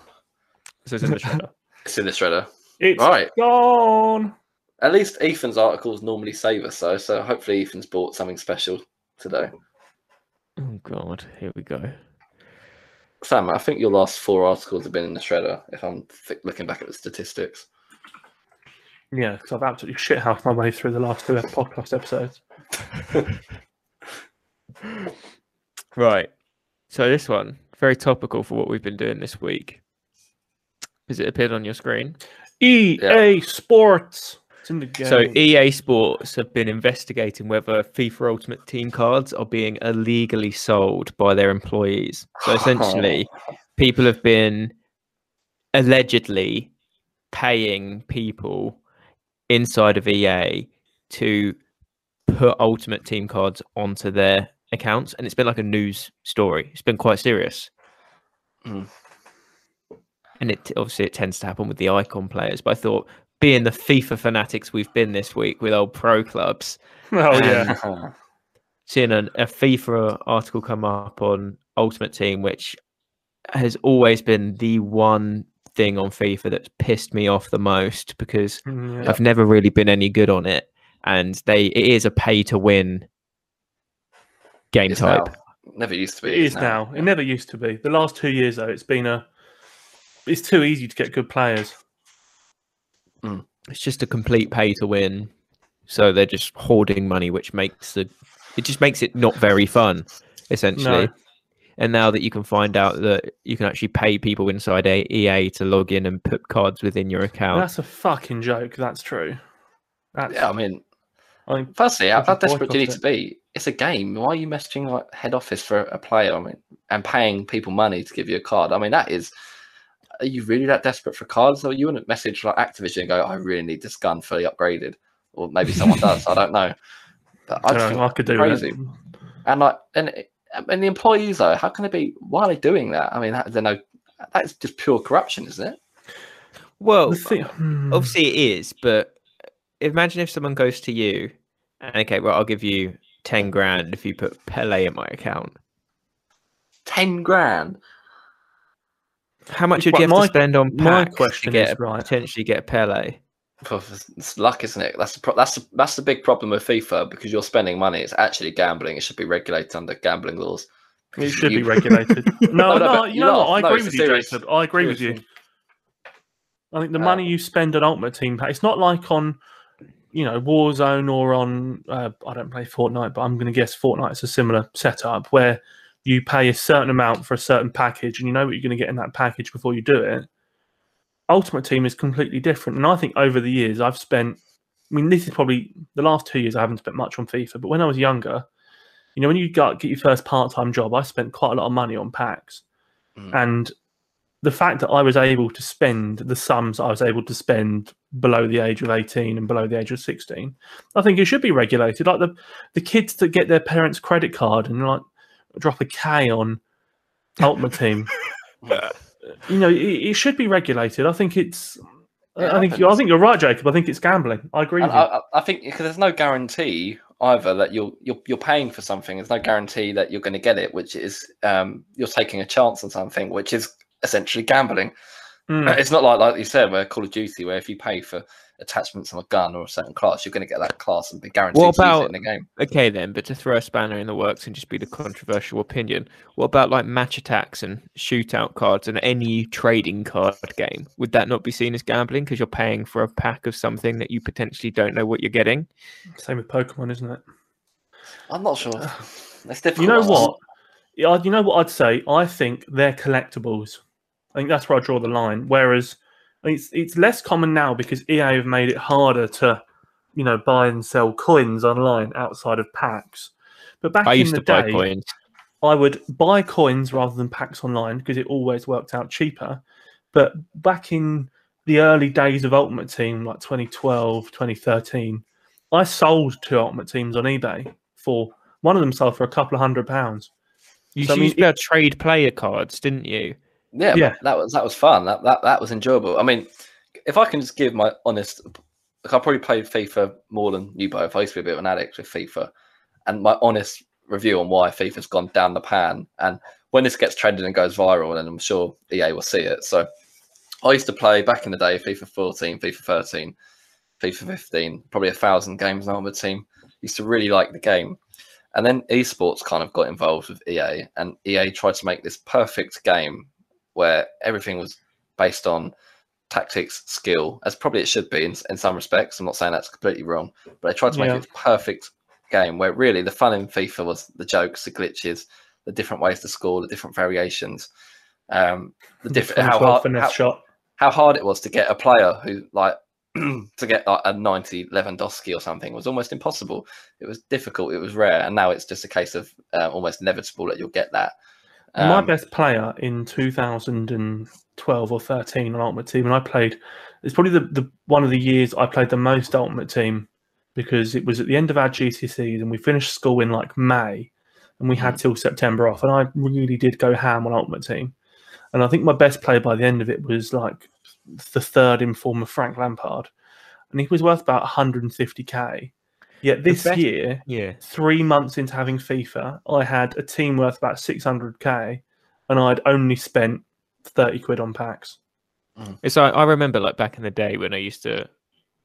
[SPEAKER 3] So it's in the shredder.
[SPEAKER 1] It's in the shredder.
[SPEAKER 2] It's
[SPEAKER 1] All right.
[SPEAKER 2] gone.
[SPEAKER 1] At least Ethan's articles normally save us, though, so hopefully Ethan's bought something special today.
[SPEAKER 3] Oh God, here we go.
[SPEAKER 1] Sam, I think your last four articles have been in the shredder. If I'm th- looking back at the statistics,
[SPEAKER 2] Yeah, because I've absolutely shithoused my way through the last two podcast episodes.
[SPEAKER 3] Right. So this one, very topical for what we've been doing this week. Because it appeared on your screen.
[SPEAKER 2] EA E Sports. It's in the game.
[SPEAKER 3] So E EA Sports have been investigating whether FIFA Ultimate Team cards are being illegally sold by their employees. So essentially, people have been allegedly paying people inside of EA to put Ultimate Team cards onto their accounts, and it's been like a news story. It's been quite serious.
[SPEAKER 1] Mm.
[SPEAKER 3] And it obviously it tends to happen with the icon players, but I thought being the FIFA fanatics we've been this week with old pro clubs,
[SPEAKER 2] oh yeah,
[SPEAKER 3] seeing an, a FIFA article come up on Ultimate Team, which has always been the one thing on FIFA that's pissed me off the most because
[SPEAKER 2] Mm, yeah.
[SPEAKER 3] I've never really been any good on it, and they it is a pay to win game
[SPEAKER 1] It's
[SPEAKER 3] type.
[SPEAKER 1] now. Never used to be.
[SPEAKER 2] it is now. It never used to be. The last two years though, it's been a. It's too easy to get good players.
[SPEAKER 3] It's just a complete pay to win, so they're just hoarding money, which makes the it just makes it not very fun, essentially. And now that you can find out that you can actually pay people inside E A- EA to log in and put cards within your account,
[SPEAKER 2] That's a fucking joke. That's true. That's,
[SPEAKER 1] Yeah, I mean,
[SPEAKER 2] I mean,
[SPEAKER 1] firstly, how,
[SPEAKER 2] Fucking
[SPEAKER 1] how desperate do you need
[SPEAKER 2] boycott
[SPEAKER 1] to be? It's a game. Why are you messaging like head office for a player? I mean, and paying people money to give you a card. I mean, that is. Are you really that desperate for cards? Or you wouldn't message like Activision and go, "I really need this gun fully upgraded," or maybe someone does. I don't know. But
[SPEAKER 2] I,
[SPEAKER 1] I just
[SPEAKER 2] don't
[SPEAKER 1] think
[SPEAKER 2] know, I could do
[SPEAKER 1] crazy.
[SPEAKER 2] it.
[SPEAKER 1] And like, and it- and the employees though, how can it be? Why are they doing that? I mean, that, they're no, that's just pure corruption, isn't it?
[SPEAKER 3] well,
[SPEAKER 2] The thing- hmm.
[SPEAKER 3] obviously it is, but imagine if someone goes to you, and okay, well, I'll give you ten grand if you put Pele in my account.
[SPEAKER 1] Ten grand.
[SPEAKER 3] How much would
[SPEAKER 2] Well,
[SPEAKER 3] you have
[SPEAKER 2] my-
[SPEAKER 3] to spend on
[SPEAKER 2] my
[SPEAKER 3] packs
[SPEAKER 2] question
[SPEAKER 3] to get
[SPEAKER 2] is,
[SPEAKER 3] a-
[SPEAKER 2] right.
[SPEAKER 3] potentially get Pele?
[SPEAKER 1] Well, It's it's luck, isn't it? That's the pro- that's the, that's the big problem with FIFA because you're spending money. It's actually gambling. It should be regulated under gambling laws.
[SPEAKER 2] It
[SPEAKER 1] because
[SPEAKER 2] should be
[SPEAKER 1] you-
[SPEAKER 2] regulated.
[SPEAKER 1] No,
[SPEAKER 2] No, no,
[SPEAKER 1] no, but
[SPEAKER 2] you
[SPEAKER 1] you
[SPEAKER 2] know what?
[SPEAKER 1] laugh.
[SPEAKER 2] I
[SPEAKER 1] No,
[SPEAKER 2] agree
[SPEAKER 1] it's
[SPEAKER 2] with
[SPEAKER 1] a
[SPEAKER 2] you,
[SPEAKER 1] serious-
[SPEAKER 2] Jacob. I agree with you.
[SPEAKER 1] serious
[SPEAKER 2] I think the
[SPEAKER 1] Uh,
[SPEAKER 2] money you spend on Ultimate Team Pack, it's not like on, you know, Warzone or on, uh, I don't play Fortnite, but I'm going to guess Fortnite's a similar setup where you pay a certain amount for a certain package and you know what you're going to get in that package before you do it. Ultimate Team is completely different. And I think over the years, I've spent, I mean, this is probably the last two years I haven't spent much on FIFA, but when I was younger, you know, when you got, get your first part time job, I spent quite a lot of money on packs.
[SPEAKER 1] Mm.
[SPEAKER 2] And the fact that I was able to spend the sums I was able to spend below the age of 18 and below the age of 16, I think it should be regulated. Like the, the kids that get their parents' credit card and like drop a K on Ultimate Team, you know, it, it should be regulated. I think it's.
[SPEAKER 1] It
[SPEAKER 2] I think you, I
[SPEAKER 1] happens.
[SPEAKER 2] think you're right, Jacob. I think it's gambling. I agree
[SPEAKER 1] And
[SPEAKER 2] with you.
[SPEAKER 1] I, I- I think because there's no guarantee either that you're you're you're paying for something. There's no guarantee that you're going to get it, which is um, you're taking a chance on something, which is essentially gambling.
[SPEAKER 2] Mm.
[SPEAKER 1] Uh, It's not like like you said, where Call of Duty, where if you pay for attachments on a gun or a certain class, you're going to get that class and be guaranteed
[SPEAKER 3] What
[SPEAKER 1] to use it
[SPEAKER 3] about-
[SPEAKER 1] in the game.
[SPEAKER 3] Okay, then, but to throw a spanner in the works and just be the controversial opinion, what about like match attacks and shootout cards and any trading card game? Would that not be seen as gambling because you're paying for a pack of something that you potentially don't know what you're getting?
[SPEAKER 2] Same with Pokemon, isn't it?
[SPEAKER 1] I'm not sure. It's difficult.
[SPEAKER 2] You know
[SPEAKER 1] I'm-
[SPEAKER 2] what? Yeah, I- you know what I'd say. I think they're collectibles. I think that's where I draw the line. Whereas it's it's less common now because EA have made it harder to, you know, buy and sell coins online outside of packs. But back
[SPEAKER 3] I
[SPEAKER 2] in
[SPEAKER 3] used
[SPEAKER 2] the
[SPEAKER 3] to buy
[SPEAKER 2] day,
[SPEAKER 3] coins.
[SPEAKER 2] I would buy coins rather than packs online because it always worked out cheaper. But back in the early days of Ultimate Team, like 2012, 2013, I sold two Ultimate Teams on eBay for one of them sold for a couple of hundred pounds.
[SPEAKER 3] You
[SPEAKER 2] So, I
[SPEAKER 3] used
[SPEAKER 2] mean,
[SPEAKER 3] to be able to trade player cards, didn't you?
[SPEAKER 1] Yeah,
[SPEAKER 2] Yeah.
[SPEAKER 1] yeah. that was that was fun. That, that that was enjoyable. I mean, if I can just give my honest, like I probably played FIFA more than you both. I used to be a bit of an addict with FIFA, and my honest review on why FIFA's gone down the pan. And when this gets trending and goes viral, then I'm sure EA will see it. So I used to play back in the day FIFA 14, FIFA 13, FIFA 15, probably a thousand games on my team. Used to really like the game. And then esports kind of got involved with EA, and EA tried to make this perfect game where everything was based on tactics, skill, as probably it should be in, in some respects. I'm not saying that's completely wrong, but they tried to make
[SPEAKER 2] Yeah.
[SPEAKER 1] it a perfect game where really the fun in FIFA was the jokes, the glitches, the different ways to score, the different variations, um, the different how hard,
[SPEAKER 2] finesse
[SPEAKER 1] how,
[SPEAKER 2] shot.
[SPEAKER 1] how hard it was to get a player who like to get like a 90 Lewandowski or something was almost impossible. It was difficult. It was rare, and now it's just a case of uh, almost inevitable that you'll get that.
[SPEAKER 2] My
[SPEAKER 1] Um,
[SPEAKER 2] best player in 2012 or 13 on Ultimate Team, and I played. It's probably the, the one of the years I played the most Ultimate Team because it was at the end of our GCSEs and we finished school in like May, and we had till September off, and I really did go ham on Ultimate Team, and I think my best player by the end of it was like the third in form of Frank Lampard, and he was worth about 150k. Yet this
[SPEAKER 3] best-
[SPEAKER 2] year,
[SPEAKER 3] Yeah.
[SPEAKER 2] three months into having FIFA, I had a team worth about 600k, and I'd only spent 30 quid on packs.
[SPEAKER 3] It's I, I remember like back in the day when I used to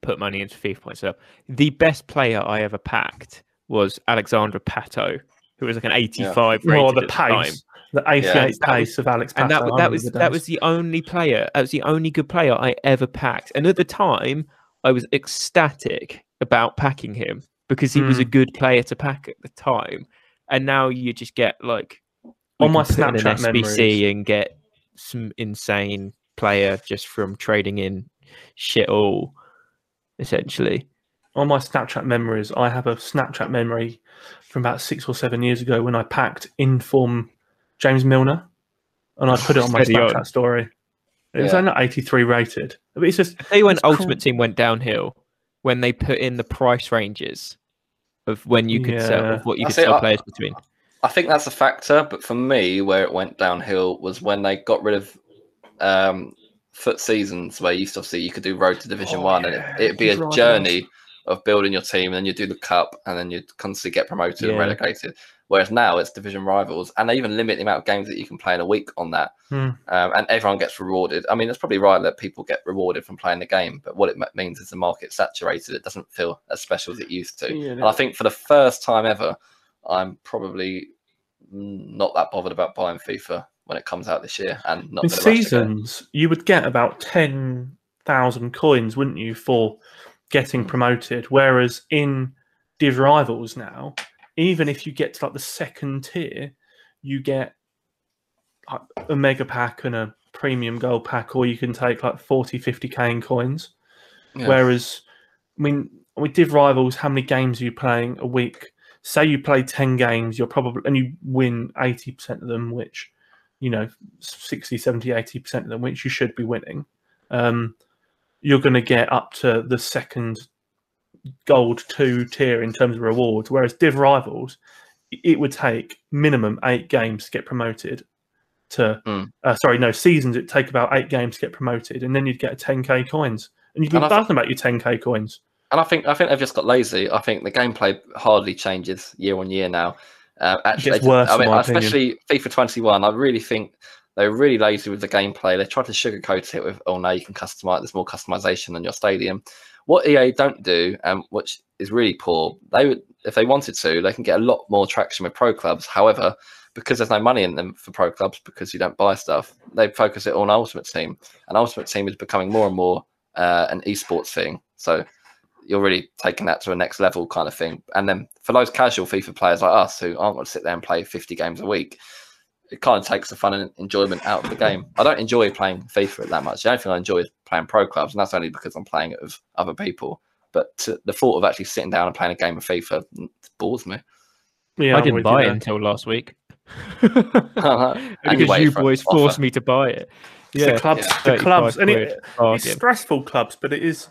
[SPEAKER 3] put money into FIFA points up. The best player I ever packed was Alexandra Pato, who was like an 85 rated
[SPEAKER 2] Well, the
[SPEAKER 3] at time.
[SPEAKER 2] pace, the 88
[SPEAKER 3] That was-
[SPEAKER 2] pace of Alex
[SPEAKER 3] And that,
[SPEAKER 2] Pato,
[SPEAKER 3] wa-
[SPEAKER 2] I
[SPEAKER 3] that was
[SPEAKER 2] remember
[SPEAKER 3] that
[SPEAKER 2] those.
[SPEAKER 3] was the only player, that was the only good player I ever packed. And at the time, I was ecstatic about packing him because he was a good player to pack at the time. And now you just get like we
[SPEAKER 2] On my
[SPEAKER 3] can put in an
[SPEAKER 2] Snapchat
[SPEAKER 3] SBC
[SPEAKER 2] memories.
[SPEAKER 3] and get some insane player just from trading in shit all, essentially.
[SPEAKER 2] on my Snapchat memories. I have a Snapchat memory from about six or seven years ago when I packed inform James Milner, and I put it on my
[SPEAKER 3] Steady on.
[SPEAKER 2] Snapchat story. It was
[SPEAKER 1] Yeah.
[SPEAKER 2] only 83 rated, but it's just
[SPEAKER 3] They when
[SPEAKER 2] It's cool.
[SPEAKER 3] Ultimate Team went downhill when they put in the price ranges of when you could sell
[SPEAKER 2] Yeah.
[SPEAKER 3] of what you
[SPEAKER 1] I
[SPEAKER 3] could
[SPEAKER 1] see,
[SPEAKER 3] sell
[SPEAKER 1] I-
[SPEAKER 3] players between.
[SPEAKER 1] I think that's a factor, but for me, where it went downhill was when they got rid of um, foot seasons, where you used to see you could do road to Division
[SPEAKER 2] Oh,
[SPEAKER 1] One,
[SPEAKER 2] yeah,
[SPEAKER 1] and it, it'd be
[SPEAKER 2] you
[SPEAKER 1] a
[SPEAKER 2] could ride
[SPEAKER 1] journey of building your team, and then you do the cup, and then you constantly get promoted and
[SPEAKER 3] Yeah.
[SPEAKER 1] relegated. Whereas now it's division rivals, and they even limit the amount of games that you can play in a week on that,
[SPEAKER 2] Hmm.
[SPEAKER 1] um, and everyone gets rewarded. I mean, that's probably right that people get rewarded from playing the game, but what it m- means is the market's saturated. It doesn't feel as special as it used to. And I think for the first time ever, I'm probably not that bothered about buying FIFA when it comes out this year, and not
[SPEAKER 2] In
[SPEAKER 1] for the rush to get it.
[SPEAKER 2] seasons, you would get about 10,000 coins, wouldn't you, for getting
[SPEAKER 1] Hmm.
[SPEAKER 2] promoted? Whereas in Div Rivals now, even if you get to like the second tier, you get like, a mega pack and a premium gold pack, or you can take like 40, 50k in coins.
[SPEAKER 1] Yeah.
[SPEAKER 2] Whereas, I mean, with Div Rivals, how many games are you playing a week? Say you play 10 games, you're probably, and you win 80% of them, which, you know, 60, 70, 80% of them, which you should be winning. Um, you're going to get up to the second gold two tier in terms of rewards. Whereas Div Rivals, i- it would take minimum eight games to get promoted to,
[SPEAKER 3] Hmm.
[SPEAKER 1] Mm.
[SPEAKER 2] uh, sorry, no, seasons, it'd take about eight games to get promoted, and then you'd get 10k coins. And you'd be
[SPEAKER 1] And I thi-
[SPEAKER 2] buzzing about your 10k coins.
[SPEAKER 1] And I think I think they've just got lazy. I think the gameplay hardly changes year on year now. Uh, actually,
[SPEAKER 2] gets worse,
[SPEAKER 1] I
[SPEAKER 2] in
[SPEAKER 1] mean,
[SPEAKER 2] my opinion.
[SPEAKER 1] especially FIFA 21. I really think they're really lazy with the gameplay. They try to sugarcoat it with, oh no, you can customize. There's more customization than your stadium. What EA don't do, and which is really poor, they would if they wanted to, they can get a lot more traction with pro clubs. However, because there's no money in them for pro clubs because you don't buy stuff, they focus it on Ultimate Team, and Ultimate Team is becoming more and more uh, an esports thing. So you're really taking that to a next level kind of thing. And then for those casual FIFA players like us who aren't going to sit there and play 50 games a week, it kind of takes the fun and enjoyment out of the game. I don't enjoy playing FIFA that much. The only thing I enjoy is playing pro clubs, and that's only because I'm playing it with other people. But to, the thought of actually sitting down and playing a game of FIFA mm, bores me.
[SPEAKER 2] Yeah,
[SPEAKER 3] I
[SPEAKER 2] I'm
[SPEAKER 3] didn't
[SPEAKER 2] with you
[SPEAKER 3] buy it
[SPEAKER 2] there.
[SPEAKER 3] until last week.
[SPEAKER 1] And you
[SPEAKER 3] because
[SPEAKER 1] wait
[SPEAKER 3] you
[SPEAKER 1] for an
[SPEAKER 3] boys
[SPEAKER 1] offer.
[SPEAKER 3] forced me to buy it. Yeah,
[SPEAKER 2] the clubs, the
[SPEAKER 3] 35
[SPEAKER 2] clubs, and
[SPEAKER 3] quid
[SPEAKER 2] it, it's
[SPEAKER 3] bargain.
[SPEAKER 2] stressful clubs, but it is,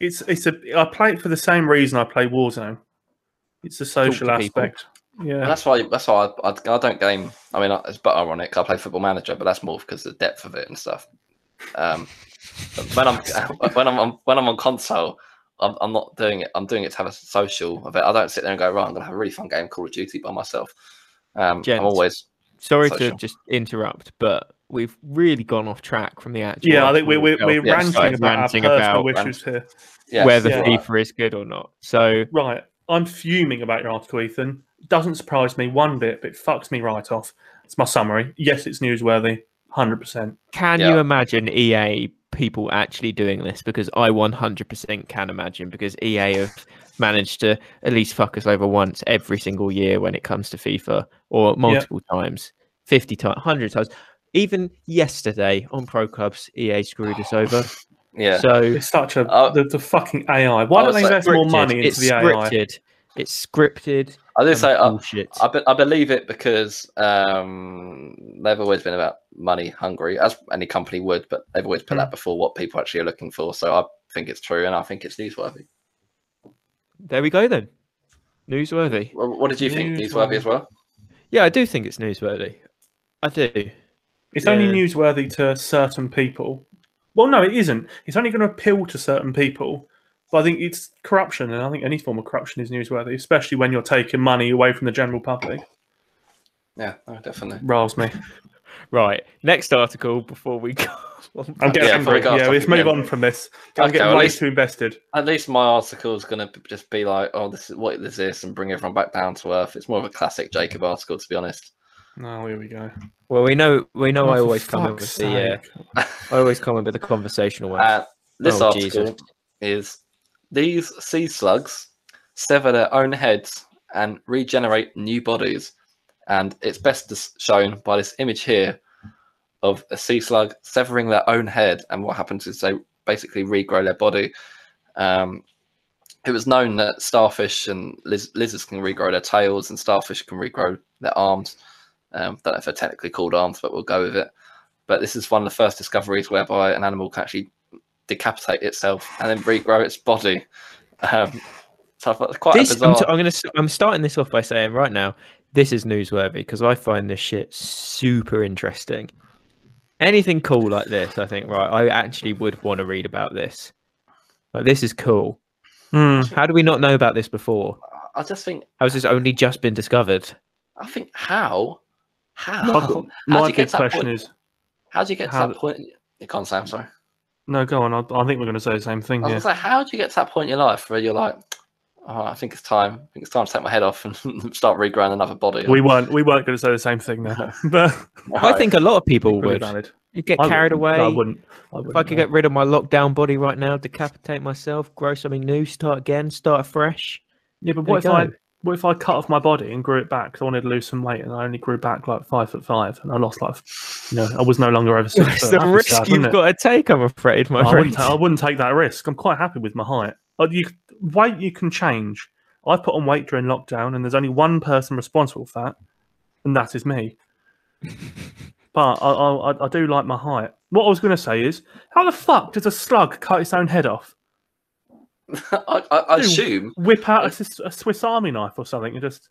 [SPEAKER 2] it's, it's a. I play it for the same reason I play Warzone. It's the social
[SPEAKER 3] to people.
[SPEAKER 2] aspect. Yeah,
[SPEAKER 1] And that's why that's why I, I, I don't game. I mean, it's but ironic. I play Football Manager, but that's more because of the depth of it and stuff. Um, but when I'm when I'm on, when I'm on console, I'm, I'm not doing it. I'm doing it to have a social of it. I don't sit there and go, right, I'm gonna have a really fun game of Call of Duty by myself. Um,
[SPEAKER 3] Gents.
[SPEAKER 1] I'm always
[SPEAKER 3] Sorry to
[SPEAKER 1] social.
[SPEAKER 3] just interrupt, but we've really gone off track from the actual.
[SPEAKER 2] yeah. I think we're we're,
[SPEAKER 3] article
[SPEAKER 2] we're
[SPEAKER 3] itself.
[SPEAKER 1] yeah,
[SPEAKER 2] ranting
[SPEAKER 3] started
[SPEAKER 2] about
[SPEAKER 3] ranting
[SPEAKER 2] our
[SPEAKER 3] about
[SPEAKER 2] personal wishes here.
[SPEAKER 1] yes,
[SPEAKER 3] whether
[SPEAKER 2] yeah.
[SPEAKER 1] right.
[SPEAKER 3] FIFA is good or not. So
[SPEAKER 2] Right, I'm fuming about your article, Ethan. Doesn't surprise me one bit, but it fucks me right off. It's my summary. Yes, it's newsworthy, hundred percent.
[SPEAKER 3] Can you
[SPEAKER 1] Yeah.
[SPEAKER 3] imagine EA people actually doing this? Because I 100% can imagine because EA have managed to at least fuck us over once every single year when it comes to FIFA or multiple times, 50 times, 100 times. Even yesterday on Pro Clubs, EA screwed us over.
[SPEAKER 1] Yeah.
[SPEAKER 3] So
[SPEAKER 2] It's such a
[SPEAKER 1] Uh,
[SPEAKER 2] the, the fucking AI. Why
[SPEAKER 1] I
[SPEAKER 2] don't
[SPEAKER 1] was
[SPEAKER 2] they
[SPEAKER 1] like,
[SPEAKER 2] invest more
[SPEAKER 3] scripted,
[SPEAKER 2] money into
[SPEAKER 3] it's
[SPEAKER 2] the AI?
[SPEAKER 3] scripted. It's scripted.
[SPEAKER 1] I did
[SPEAKER 3] and
[SPEAKER 1] say uh, I,
[SPEAKER 3] bullshit.
[SPEAKER 1] I, be- I believe it because um, they've always been about money hungry, as any company would, but they've always put that before what people actually are looking for. So I think it's true, and I think it's newsworthy.
[SPEAKER 3] There we go then. Newsworthy.
[SPEAKER 1] Wha- What did you think?
[SPEAKER 2] Newsworthy.
[SPEAKER 1] Newsworthy as well.
[SPEAKER 3] Yeah, I do think it's newsworthy. I do.
[SPEAKER 2] It's only
[SPEAKER 3] Yeah.
[SPEAKER 2] newsworthy to certain people. Well, no, it isn't. It's only going to appeal to certain people. But I think it's corruption, and I think any form of corruption is newsworthy, especially when you're taking money away from the general public.
[SPEAKER 1] Yeah, no, definitely.
[SPEAKER 2] Riles me.
[SPEAKER 3] Right. Next article before we go. on.
[SPEAKER 2] I'm getting
[SPEAKER 1] Yeah, before we
[SPEAKER 2] angry.
[SPEAKER 1] go off
[SPEAKER 2] Yeah, let's
[SPEAKER 1] topic
[SPEAKER 2] move
[SPEAKER 1] again.
[SPEAKER 2] on from this. I'm
[SPEAKER 1] Okay,
[SPEAKER 2] getting
[SPEAKER 1] well,
[SPEAKER 2] way
[SPEAKER 1] let's-
[SPEAKER 2] too invested.
[SPEAKER 1] At least my article is going to just be like, "Oh, this is what this is," and bring everyone back down to earth. It's more of a classic Jacob article, to be honest.
[SPEAKER 2] Oh, here we go.
[SPEAKER 3] Well, we know we know
[SPEAKER 2] Oh,
[SPEAKER 3] I
[SPEAKER 2] for
[SPEAKER 3] always come in with
[SPEAKER 2] fuck's
[SPEAKER 3] the uh,
[SPEAKER 2] sake.
[SPEAKER 3] I always come in with the conversational one.
[SPEAKER 1] Uh, this
[SPEAKER 3] Oh,
[SPEAKER 1] article
[SPEAKER 3] Jesus.
[SPEAKER 1] is these sea slugs sever their own heads and regenerate new bodies. And it's best dis- shown by this image here of a sea slug severing their own head. And what happens is they basically regrow their body. Um, it was known that starfish and liz- lizards can regrow their tails, and starfish can regrow their arms. Um, don't know if they're technically called arms, but we'll go with it. But this is one of the first discoveries whereby an animal can actually decapitate itself and then regrow its body. Um, so I thought it's quite a
[SPEAKER 3] this, I'm,
[SPEAKER 1] bizarre.
[SPEAKER 3] t- I'm gonna s- I'm starting this off by saying right now this is newsworthy because I find this shit super interesting. Anything cool like this, I think. Right, I actually would want to read about this. Like, this is cool.
[SPEAKER 1] Oh,
[SPEAKER 2] Hmm.
[SPEAKER 3] How do we not know about this before?
[SPEAKER 1] I just think
[SPEAKER 3] How's this only just been discovered?
[SPEAKER 1] I think how
[SPEAKER 2] I've
[SPEAKER 1] how
[SPEAKER 2] got-
[SPEAKER 1] How'd
[SPEAKER 2] My
[SPEAKER 1] you get
[SPEAKER 2] big
[SPEAKER 1] to that
[SPEAKER 2] question
[SPEAKER 1] point?
[SPEAKER 2] is
[SPEAKER 1] how do you get to
[SPEAKER 2] how
[SPEAKER 1] that
[SPEAKER 2] the-
[SPEAKER 1] point? You can't say. I'm sorry.
[SPEAKER 2] no, go on. I, I think we're going to say the same
[SPEAKER 1] I
[SPEAKER 2] thing
[SPEAKER 1] was
[SPEAKER 2] here.
[SPEAKER 1] gonna say, how do you get to that point in your life where you're like, oh, I think it's time. I think it's time to take my head off and start regrowing another body.
[SPEAKER 2] We weren't. We weren't going to say the same thing there. But
[SPEAKER 1] Alright.
[SPEAKER 3] I think a lot of people
[SPEAKER 2] Really
[SPEAKER 3] would.
[SPEAKER 2] valid.
[SPEAKER 3] You'd get
[SPEAKER 2] I would-
[SPEAKER 3] carried away.
[SPEAKER 2] no, I wouldn't. I wouldn't
[SPEAKER 3] If I could
[SPEAKER 2] no.
[SPEAKER 3] get rid of my lockdown body right now, decapitate myself, grow something new, start again, start afresh.
[SPEAKER 2] Yeah, but
[SPEAKER 3] There
[SPEAKER 2] what if
[SPEAKER 3] you
[SPEAKER 2] I
[SPEAKER 3] go.
[SPEAKER 2] what if I cut off my body and grew it back? 'cause I wanted to lose some weight, and I only grew back like five foot five, and I lost like, you know, I was no longer over six.
[SPEAKER 3] It's
[SPEAKER 2] foot.
[SPEAKER 3] the
[SPEAKER 2] That'd be
[SPEAKER 3] risk
[SPEAKER 2] sad,
[SPEAKER 3] you've
[SPEAKER 2] wouldn't it? Oh,
[SPEAKER 3] got to take, I'm afraid, my
[SPEAKER 2] I
[SPEAKER 3] friend.
[SPEAKER 2] wouldn't, ta- I wouldn't take that risk. I'm quite happy with my height. Like, you, weight you can change. I put on weight during lockdown, and there's only one person responsible for that, and that is me. but I, I, I- I do like my height. What I was going to say is, how the fuck does a slug cut its own head off?
[SPEAKER 1] I, I, I
[SPEAKER 2] Dude,
[SPEAKER 1] assume
[SPEAKER 2] Whip out a, Swiss- a Swiss Army knife or something, and just.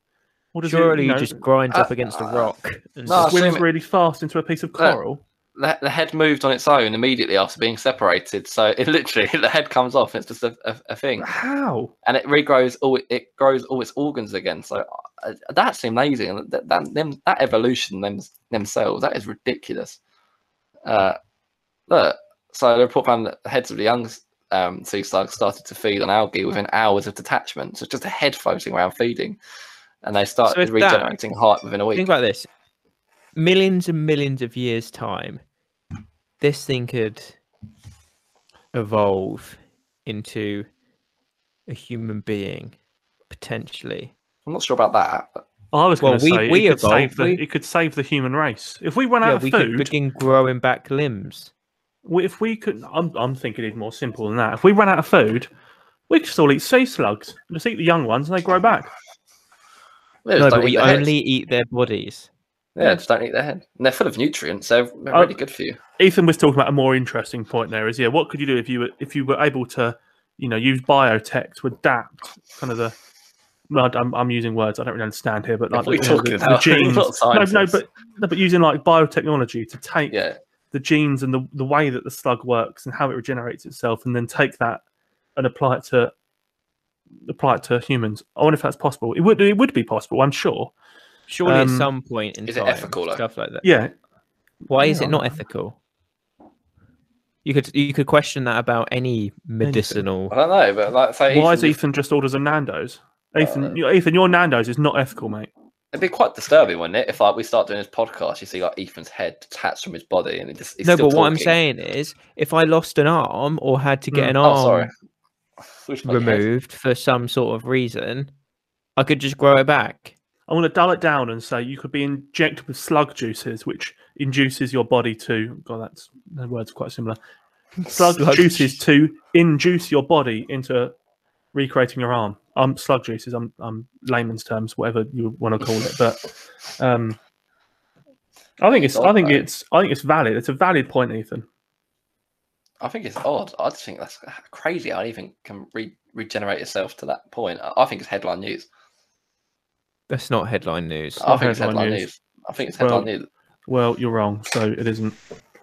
[SPEAKER 2] Or does it,
[SPEAKER 3] Surely you
[SPEAKER 2] know,
[SPEAKER 3] just grind
[SPEAKER 1] Uh,
[SPEAKER 3] up against a rock. And
[SPEAKER 1] no,
[SPEAKER 3] just-
[SPEAKER 1] I-
[SPEAKER 2] swims
[SPEAKER 1] assume it-
[SPEAKER 2] really fast into a piece of
[SPEAKER 1] Look.
[SPEAKER 2] coral.
[SPEAKER 1] the, the head moved on its own immediately after being separated. So it literally the head comes off. It's just a, a, a thing,
[SPEAKER 2] How?
[SPEAKER 1] and it regrows all it grows all its organs again. So uh, that's amazing. That that, them, that evolution them, themselves that is ridiculous. Uh, look, so the report found that the heads of the young um, sea slugs started to feed on algae within hours of detachment. So it's just a head floating around feeding, and they started
[SPEAKER 3] if that-
[SPEAKER 1] regenerating heart within a week.
[SPEAKER 3] Think about this. Millions and millions of years' time, this thing could evolve into a human being, potentially.
[SPEAKER 1] I'm not sure about that. But
[SPEAKER 2] I was
[SPEAKER 3] Well,
[SPEAKER 2] going to
[SPEAKER 3] we-
[SPEAKER 2] say
[SPEAKER 3] we
[SPEAKER 2] it, could save the,
[SPEAKER 3] evolved, we-
[SPEAKER 2] it could save the human race. If we went
[SPEAKER 3] yeah,
[SPEAKER 2] out
[SPEAKER 3] we
[SPEAKER 2] of
[SPEAKER 3] could
[SPEAKER 2] food,
[SPEAKER 3] begin growing back limbs.
[SPEAKER 2] we- if we could, I'm, I'm thinking even more simple than that. If we ran out of food, we could just all eat sea slugs. Just eat the young ones and they grow back.
[SPEAKER 1] Yeah,
[SPEAKER 3] No,
[SPEAKER 1] just
[SPEAKER 3] but
[SPEAKER 1] don't eat
[SPEAKER 3] we
[SPEAKER 1] the head.
[SPEAKER 3] only eat their bodies.
[SPEAKER 1] Yeah, just don't eat their head. And they're full of nutrients, so they're
[SPEAKER 2] Oh.
[SPEAKER 1] really good for you.
[SPEAKER 2] Ethan was talking about a more interesting point there. Is yeah, what could you do if you were if you were able to, you know, use biotech to adapt kind of the. No, I- I'm, I'm using words I don't really understand here, but
[SPEAKER 1] What
[SPEAKER 2] like
[SPEAKER 1] are you
[SPEAKER 2] the,
[SPEAKER 1] talking
[SPEAKER 2] you know, the-
[SPEAKER 1] about?
[SPEAKER 2] the
[SPEAKER 1] We're
[SPEAKER 2] genes.
[SPEAKER 1] not
[SPEAKER 2] No, no,
[SPEAKER 1] scientists.
[SPEAKER 2] but no, but using like biotechnology to take
[SPEAKER 1] Yeah,
[SPEAKER 2] the genes and the, the way that the slug works and how it regenerates itself and then take that and apply it to apply it to humans. I wonder if that's possible. It would it would be possible, I'm sure.
[SPEAKER 3] Surely at
[SPEAKER 2] Um,
[SPEAKER 3] some point in
[SPEAKER 1] is it
[SPEAKER 3] time,
[SPEAKER 1] ethical, though?
[SPEAKER 3] stuff like that.
[SPEAKER 2] Yeah.
[SPEAKER 3] Why is
[SPEAKER 2] Yeah.
[SPEAKER 3] it not ethical? You could you could question that about any medicinal.
[SPEAKER 1] I don't know, but like, say Uh, Ethan
[SPEAKER 2] Why is
[SPEAKER 1] just-
[SPEAKER 2] Ethan just orders a Nando's? Ethan, you- Ethan, your Nando's is not ethical, mate.
[SPEAKER 1] It'd be quite disturbing, wouldn't it? If like we start doing this podcast, you see like Ethan's head detached from his body, and it just he's
[SPEAKER 3] no, but
[SPEAKER 1] still
[SPEAKER 3] what I'm
[SPEAKER 1] talking.
[SPEAKER 3] saying is, if I lost an arm or had to get
[SPEAKER 2] Mm.
[SPEAKER 3] an
[SPEAKER 1] Oh,
[SPEAKER 3] arm
[SPEAKER 1] sorry. Switch my head.
[SPEAKER 3] removed for some sort of reason, I could just grow it back.
[SPEAKER 2] I'm going to dull it down and say you could be injected with slug juices, which induces your body to. God, that's the words are quite similar. Slug, juices to induce your body into recreating your arm. Um, slug juices. I'm, I'm layman's terms, whatever you want to call it. But um, I think it's. I think it's. I think it's valid. It's a valid point, Ethan.
[SPEAKER 1] I think it's odd. I just think that's crazy. I even can re- regenerate itself to that point. I I think it's headline news.
[SPEAKER 3] That's not headline news.
[SPEAKER 1] I
[SPEAKER 2] not
[SPEAKER 1] think it's
[SPEAKER 2] headline
[SPEAKER 1] headline news.
[SPEAKER 2] news.
[SPEAKER 1] I think it's
[SPEAKER 2] Well,
[SPEAKER 1] headline news.
[SPEAKER 2] Well, you're wrong. So it isn't.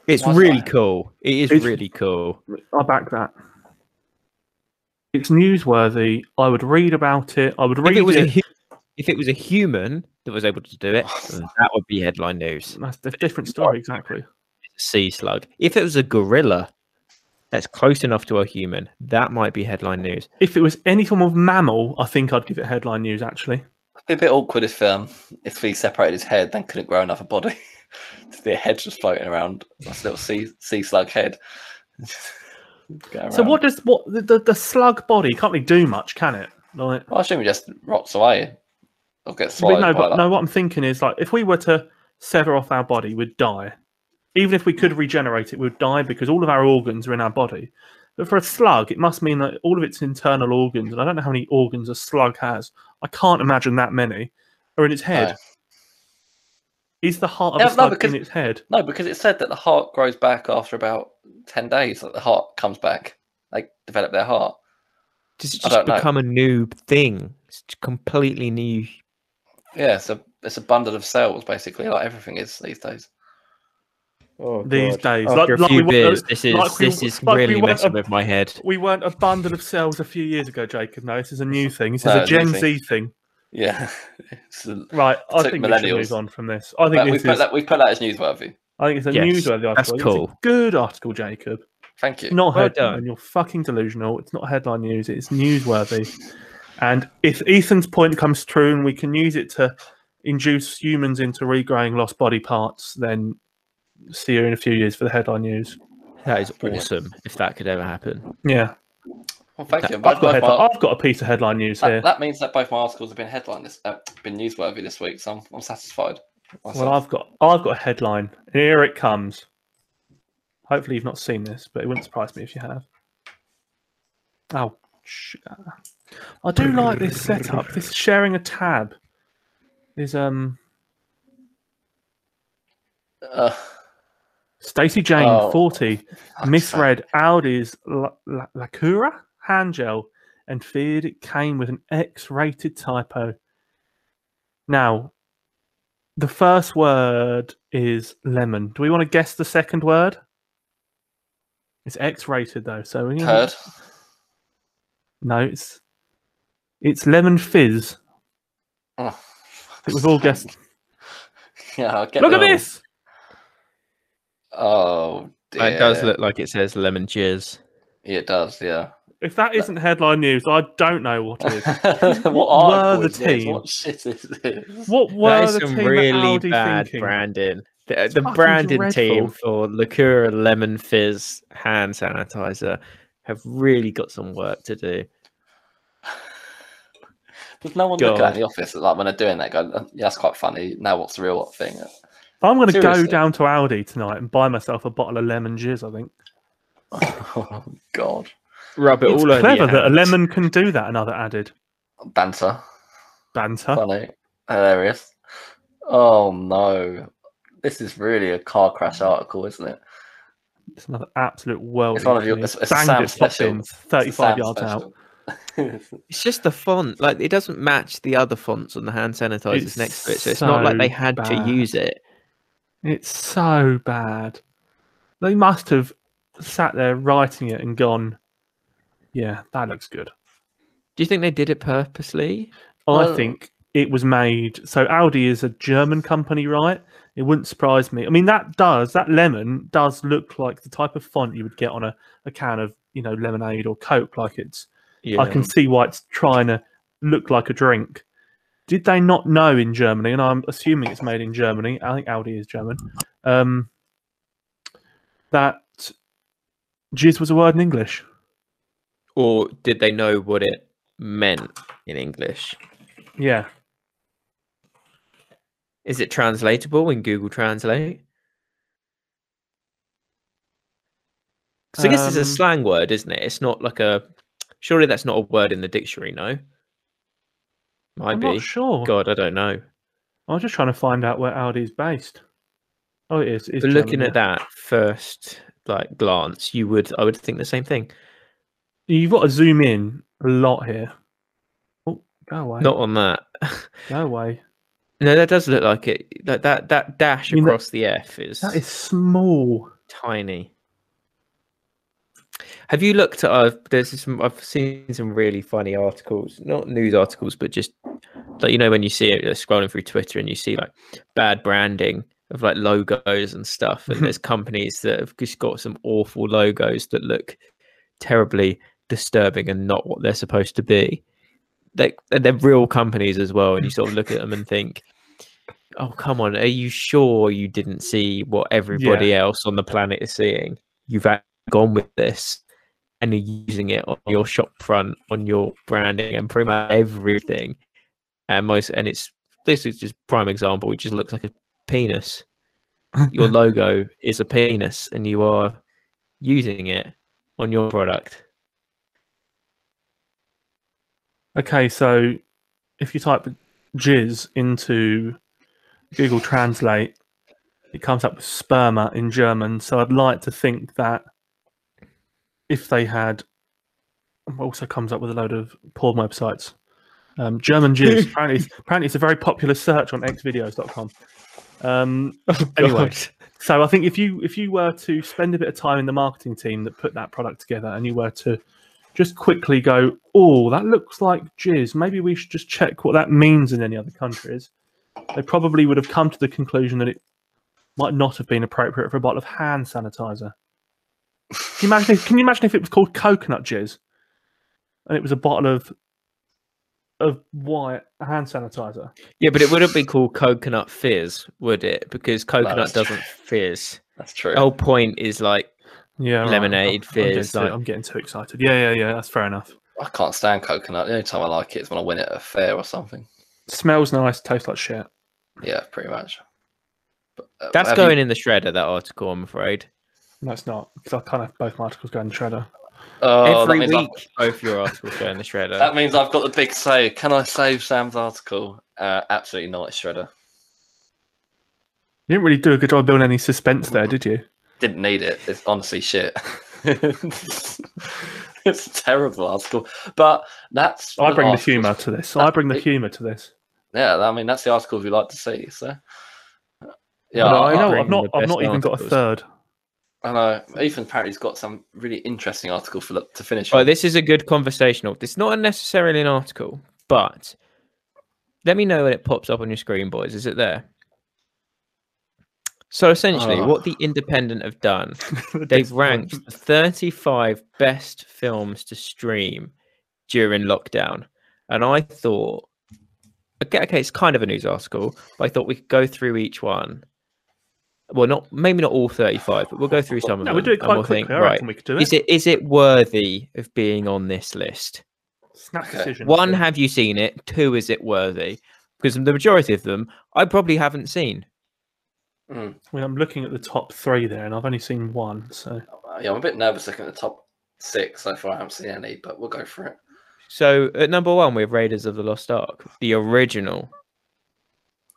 [SPEAKER 3] It's
[SPEAKER 1] Why's
[SPEAKER 3] really
[SPEAKER 1] that?
[SPEAKER 3] cool. It is
[SPEAKER 2] It's-
[SPEAKER 3] really cool.
[SPEAKER 2] I back that. It's newsworthy. I would read about it. I would read
[SPEAKER 3] If it was a
[SPEAKER 2] it.
[SPEAKER 3] hu- if it was a human that was able to do it, then that would be headline news.
[SPEAKER 2] That's a different story, exactly.
[SPEAKER 3] Sea slug. If it was a gorilla that's close enough to a human, that might be headline news.
[SPEAKER 2] If it was any form of mammal, I think I'd give it headline news. Actually,
[SPEAKER 1] It'd be a bit awkward if um if he separated his head, then couldn't grow another body. Just the head just floating around, this little sea sea slug head. Going
[SPEAKER 2] so
[SPEAKER 1] around.
[SPEAKER 2] what does what the, the, the slug body can't really do much, can it? Like,
[SPEAKER 1] Well, I assume it just rots away. It'll get
[SPEAKER 2] but
[SPEAKER 1] swallowed.
[SPEAKER 2] no,
[SPEAKER 1] by
[SPEAKER 2] but
[SPEAKER 1] that.
[SPEAKER 2] no. What I'm thinking is like, if we were to sever off our body, we'd die. Even if we could regenerate it, we'd die because all of our organs are in our body. But for a slug, it must mean that all of its internal organs, and I don't know how many organs a slug has. I can't imagine that many are in its head.
[SPEAKER 1] No.
[SPEAKER 2] Is the heart of
[SPEAKER 1] Yeah,
[SPEAKER 2] a
[SPEAKER 1] no,
[SPEAKER 2] slug
[SPEAKER 1] because-
[SPEAKER 2] in its head?
[SPEAKER 1] No, because it said that the heart grows back after about ten days. That the heart comes back. They develop their heart.
[SPEAKER 3] Does it
[SPEAKER 1] I
[SPEAKER 3] just
[SPEAKER 1] don't know.
[SPEAKER 3] become a new thing? It's a completely new.
[SPEAKER 1] Yeah, it's a it's a bundle of cells basically, like everything is these days. Oh,
[SPEAKER 2] These days,
[SPEAKER 3] After
[SPEAKER 2] like,
[SPEAKER 3] a
[SPEAKER 2] Oh, like
[SPEAKER 3] few
[SPEAKER 2] we,
[SPEAKER 3] beers,
[SPEAKER 2] weren't,
[SPEAKER 3] this is
[SPEAKER 2] like we-
[SPEAKER 3] this is
[SPEAKER 2] like we
[SPEAKER 3] really
[SPEAKER 2] went
[SPEAKER 3] messing
[SPEAKER 2] up-
[SPEAKER 3] with my head.
[SPEAKER 2] we weren't a bundle of cells a few years ago, Jacob. No, this is a new thing. This is
[SPEAKER 1] No,
[SPEAKER 2] a
[SPEAKER 1] it's a new
[SPEAKER 2] Gen
[SPEAKER 1] thing.
[SPEAKER 2] Z thing.
[SPEAKER 1] Yeah, It's a-
[SPEAKER 2] Right, I
[SPEAKER 1] Took
[SPEAKER 2] think we should
[SPEAKER 1] millennials.
[SPEAKER 2] move on from this. I think
[SPEAKER 1] But we
[SPEAKER 2] this
[SPEAKER 1] put
[SPEAKER 2] is.
[SPEAKER 1] that we put that as newsworthy.
[SPEAKER 2] I think it's a
[SPEAKER 3] Yes,
[SPEAKER 2] newsworthy article.
[SPEAKER 3] that's
[SPEAKER 2] I think it's a
[SPEAKER 3] cool.
[SPEAKER 2] good article, Jacob.
[SPEAKER 1] Thank you.
[SPEAKER 2] It's not
[SPEAKER 3] Well
[SPEAKER 2] headline.
[SPEAKER 3] done.
[SPEAKER 2] You're fucking delusional. It's not headline news. It's newsworthy. and if Ethan's point comes true, and we can use it to induce humans into regrowing lost body parts, then see you in a few years for the headline news.
[SPEAKER 3] That is
[SPEAKER 1] Brilliant.
[SPEAKER 3] awesome. If that could ever happen,
[SPEAKER 2] Yeah,
[SPEAKER 1] Well, thank you.
[SPEAKER 2] I've
[SPEAKER 1] Both,
[SPEAKER 2] got,
[SPEAKER 1] both
[SPEAKER 2] headline- Oh,
[SPEAKER 1] my,
[SPEAKER 2] I've got a piece of headline news
[SPEAKER 1] that,
[SPEAKER 2] here.
[SPEAKER 1] that means that both my articles have been headline this uh, been newsworthy this week, so I'm, I'm satisfied.
[SPEAKER 2] Well, I've got I've got a headline. and Here it comes. Hopefully, you've not seen this, but it wouldn't surprise me if you have. Oh, sh- I do like this setup. This sharing a tab is um
[SPEAKER 1] Uh,
[SPEAKER 2] Stacey Jane
[SPEAKER 1] Oh,
[SPEAKER 2] forty
[SPEAKER 1] fuck's
[SPEAKER 2] misread Audi's La, La, Lacura hand gel and feared it came with an X-rated typo. Now, the first word is lemon. Do we want to guess the second word? It's X-rated though, so we
[SPEAKER 1] sake. turd.
[SPEAKER 2] no, it's it's lemon fizz.
[SPEAKER 1] Oh,
[SPEAKER 2] I think we've all guessed.
[SPEAKER 1] yeah, I get
[SPEAKER 2] Look at
[SPEAKER 1] the-
[SPEAKER 2] this.
[SPEAKER 1] Oh, dear.
[SPEAKER 3] it does look like it says lemon jizz.
[SPEAKER 1] It does, yeah.
[SPEAKER 2] If that isn't headline news, I don't know what is.
[SPEAKER 1] what
[SPEAKER 2] Were
[SPEAKER 1] are the
[SPEAKER 2] the
[SPEAKER 1] team?
[SPEAKER 2] team?
[SPEAKER 1] What shit is this?
[SPEAKER 2] What
[SPEAKER 3] That
[SPEAKER 2] were
[SPEAKER 3] is
[SPEAKER 2] the
[SPEAKER 3] some
[SPEAKER 2] team at
[SPEAKER 3] really
[SPEAKER 2] Aldi
[SPEAKER 3] bad
[SPEAKER 2] thinking?
[SPEAKER 3] branding. The, the
[SPEAKER 2] fucking
[SPEAKER 3] branding team
[SPEAKER 2] dreadful.
[SPEAKER 3] for Lacura Lemon Fizz hand sanitizer have really got some work to do.
[SPEAKER 1] Does no one look at
[SPEAKER 3] God.
[SPEAKER 1] that in the office like when they're doing that? Go, uh, yeah, that's quite funny. Now what's the real thing?
[SPEAKER 2] I'm going to go
[SPEAKER 1] Seriously.
[SPEAKER 2] down to Aldi tonight and buy myself a bottle of lemon jizz. I think
[SPEAKER 1] oh God,
[SPEAKER 3] Rub it
[SPEAKER 2] it's
[SPEAKER 3] all over.
[SPEAKER 2] clever
[SPEAKER 3] your
[SPEAKER 2] that a
[SPEAKER 3] hands.
[SPEAKER 2] lemon can do that. Another added
[SPEAKER 1] banter,
[SPEAKER 2] banter.
[SPEAKER 1] funny, hilarious. Oh no, this is really a car crash article, isn't it?
[SPEAKER 2] It's another absolute world.
[SPEAKER 1] It's one of your- it's- it's a Sam special. It's a
[SPEAKER 2] Thirty-five
[SPEAKER 1] Sam
[SPEAKER 2] yards out.
[SPEAKER 1] special.
[SPEAKER 3] It's just the font. Like it doesn't match the other fonts on the hand sanitizers
[SPEAKER 2] It's
[SPEAKER 3] next to it. So it's not like
[SPEAKER 2] so
[SPEAKER 3] they had
[SPEAKER 2] bad.
[SPEAKER 3] to use it.
[SPEAKER 2] It's so bad. They must have sat there writing it and gone, "Yeah, that looks good."
[SPEAKER 3] Do you think they did it purposely?
[SPEAKER 2] I
[SPEAKER 1] Well-
[SPEAKER 2] think it was made. So Audi is a German company, right? It wouldn't surprise me. I mean, that does that lemon does look like the type of font you would get on a, a can of you know lemonade or Coke. Like it's,
[SPEAKER 3] Yeah.
[SPEAKER 2] I can see why it's trying to looked like a drink. Did they not know in Germany? And I'm assuming it's made in Germany. I think Audi is German. Um, that jizz was a word in English.
[SPEAKER 3] Or did they know what it meant in English?
[SPEAKER 2] Yeah,
[SPEAKER 3] Is it translatable in Google Translate? 'Cause I guess it's
[SPEAKER 2] Um,
[SPEAKER 3] a slang word, isn't it? It's not like a. Surely that's not a word in the dictionary, no? Might
[SPEAKER 2] I'm
[SPEAKER 3] be.
[SPEAKER 2] not sure.
[SPEAKER 3] God, I don't know.
[SPEAKER 2] I was just trying to find out where Audi is based. Oh, it is. It is
[SPEAKER 3] but looking
[SPEAKER 2] Germany,
[SPEAKER 3] at that first like glance, you would I would think the same thing.
[SPEAKER 2] yeah. you've got to zoom in a lot here. Oh, go away!
[SPEAKER 3] Not on that.
[SPEAKER 2] go away.
[SPEAKER 3] no, that does look like it. That that, that dash
[SPEAKER 2] I mean, that-
[SPEAKER 3] across the F is,
[SPEAKER 2] That is small.
[SPEAKER 3] tiny. Have you looked at? Uh, there's some. I've seen some really funny articles, not news articles, but just like you know when you see it uh, scrolling through Twitter and you see like bad branding of like logos and stuff, and there's companies that have just got some awful logos that look terribly disturbing and not what they're supposed to be. They and they're real companies as well, and you sort of look at them and think, "Oh come on, are you sure you didn't see what everybody else on the planet is seeing? You've a- gone with this." And you're using it on your shop front, on your branding, and pretty much everything and most and it's this is just prime example it just looks like a penis your logo is a penis and you are using it on your product
[SPEAKER 2] Okay, so if you type jizz into Google Translate, it comes up with sperma in German. So I'd like to think that if they had, it also comes up with a load of porn websites. Um, German jizz. apparently, it's, apparently, it's a very popular search on xvideos.com. Um,
[SPEAKER 1] Oh,
[SPEAKER 2] anyway, so I think if you if you were to spend a bit of time in the marketing team that put that product together, and you were to just quickly go, oh, that looks like jizz. Maybe we should just check what that means in any other countries. They probably would have come to the conclusion that it might not have been appropriate for a bottle of hand sanitizer. Can you imagine? If, can you imagine if it was called coconut jizz, and it was a bottle of of white hand sanitizer?
[SPEAKER 3] yeah but it wouldn't be called coconut fizz would it because coconut
[SPEAKER 1] that's true.
[SPEAKER 3] doesn't fizz
[SPEAKER 1] That's true.
[SPEAKER 3] the
[SPEAKER 2] Oh.
[SPEAKER 3] whole point is like
[SPEAKER 2] Yeah, right.
[SPEAKER 3] Lemonade
[SPEAKER 2] I'm- I'm getting
[SPEAKER 3] fizz,
[SPEAKER 2] too-
[SPEAKER 3] like-
[SPEAKER 2] I'm getting too excited. Yeah, yeah, yeah. That's fair enough.
[SPEAKER 1] I can't stand coconut. The only time I like it is when I win it at a fair or something.
[SPEAKER 2] Smells nice, tastes like shit.
[SPEAKER 1] Yeah, pretty much. But, uh,
[SPEAKER 3] that's
[SPEAKER 1] have you-
[SPEAKER 3] going in the shredder that article i'm afraid
[SPEAKER 2] No, it's not because I can't have both my articles go in the shredder.
[SPEAKER 1] Oh, that
[SPEAKER 3] every
[SPEAKER 1] means I've-
[SPEAKER 3] week both your articles go in the shredder
[SPEAKER 1] That means I've got the big say. Can I save Sam's article? Uh, absolutely not, it's Shredder.
[SPEAKER 2] You didn't really do a good job building any suspense there, did you?
[SPEAKER 1] Didn't need it. It's honestly shit. it's a terrible article. But that's.
[SPEAKER 2] I bring the
[SPEAKER 1] article-
[SPEAKER 2] humour to this. I bring the humour to this.
[SPEAKER 1] Yeah, I mean, that's the articles we like to see. So. Yeah, I,
[SPEAKER 2] I know- I know.
[SPEAKER 3] bring
[SPEAKER 2] I've not.
[SPEAKER 3] the
[SPEAKER 2] I've not
[SPEAKER 3] best
[SPEAKER 2] even got a
[SPEAKER 3] articles.
[SPEAKER 2] third.
[SPEAKER 1] I know. Ethan apparently's got some really interesting article for the, to finish.
[SPEAKER 3] Right,
[SPEAKER 1] on.
[SPEAKER 3] Oh, this is a good conversational. It's not necessarily an article, but let me know when it pops up on your screen, boys. Is it there? So essentially,
[SPEAKER 1] Ah.
[SPEAKER 3] what the Independent have done, they've ranked the 35 best films to stream during lockdown. And I thought, okay, okay, it's kind of a news article, but I thought we could go through each one. Well, not maybe not all 35, but we'll go through some of
[SPEAKER 2] No,
[SPEAKER 3] them.
[SPEAKER 2] we do it
[SPEAKER 3] and
[SPEAKER 2] quite
[SPEAKER 3] we'll
[SPEAKER 2] quickly.
[SPEAKER 3] think,
[SPEAKER 2] I
[SPEAKER 3] right,
[SPEAKER 2] reckon we could do it.
[SPEAKER 3] is it is it worthy of being on this list?
[SPEAKER 2] Snap
[SPEAKER 1] Okay.
[SPEAKER 2] decision.
[SPEAKER 3] uh, One, have you seen it? Two, is it worthy? Because the majority of them I probably haven't seen.
[SPEAKER 2] I mean, I'm looking at the top three there, and I've only seen one. So
[SPEAKER 1] Uh, Yeah, I'm a bit nervous looking at the top six so far. I haven't seen any, but we'll go for it.
[SPEAKER 3] So at number one, we have Raiders of the Lost Ark, the original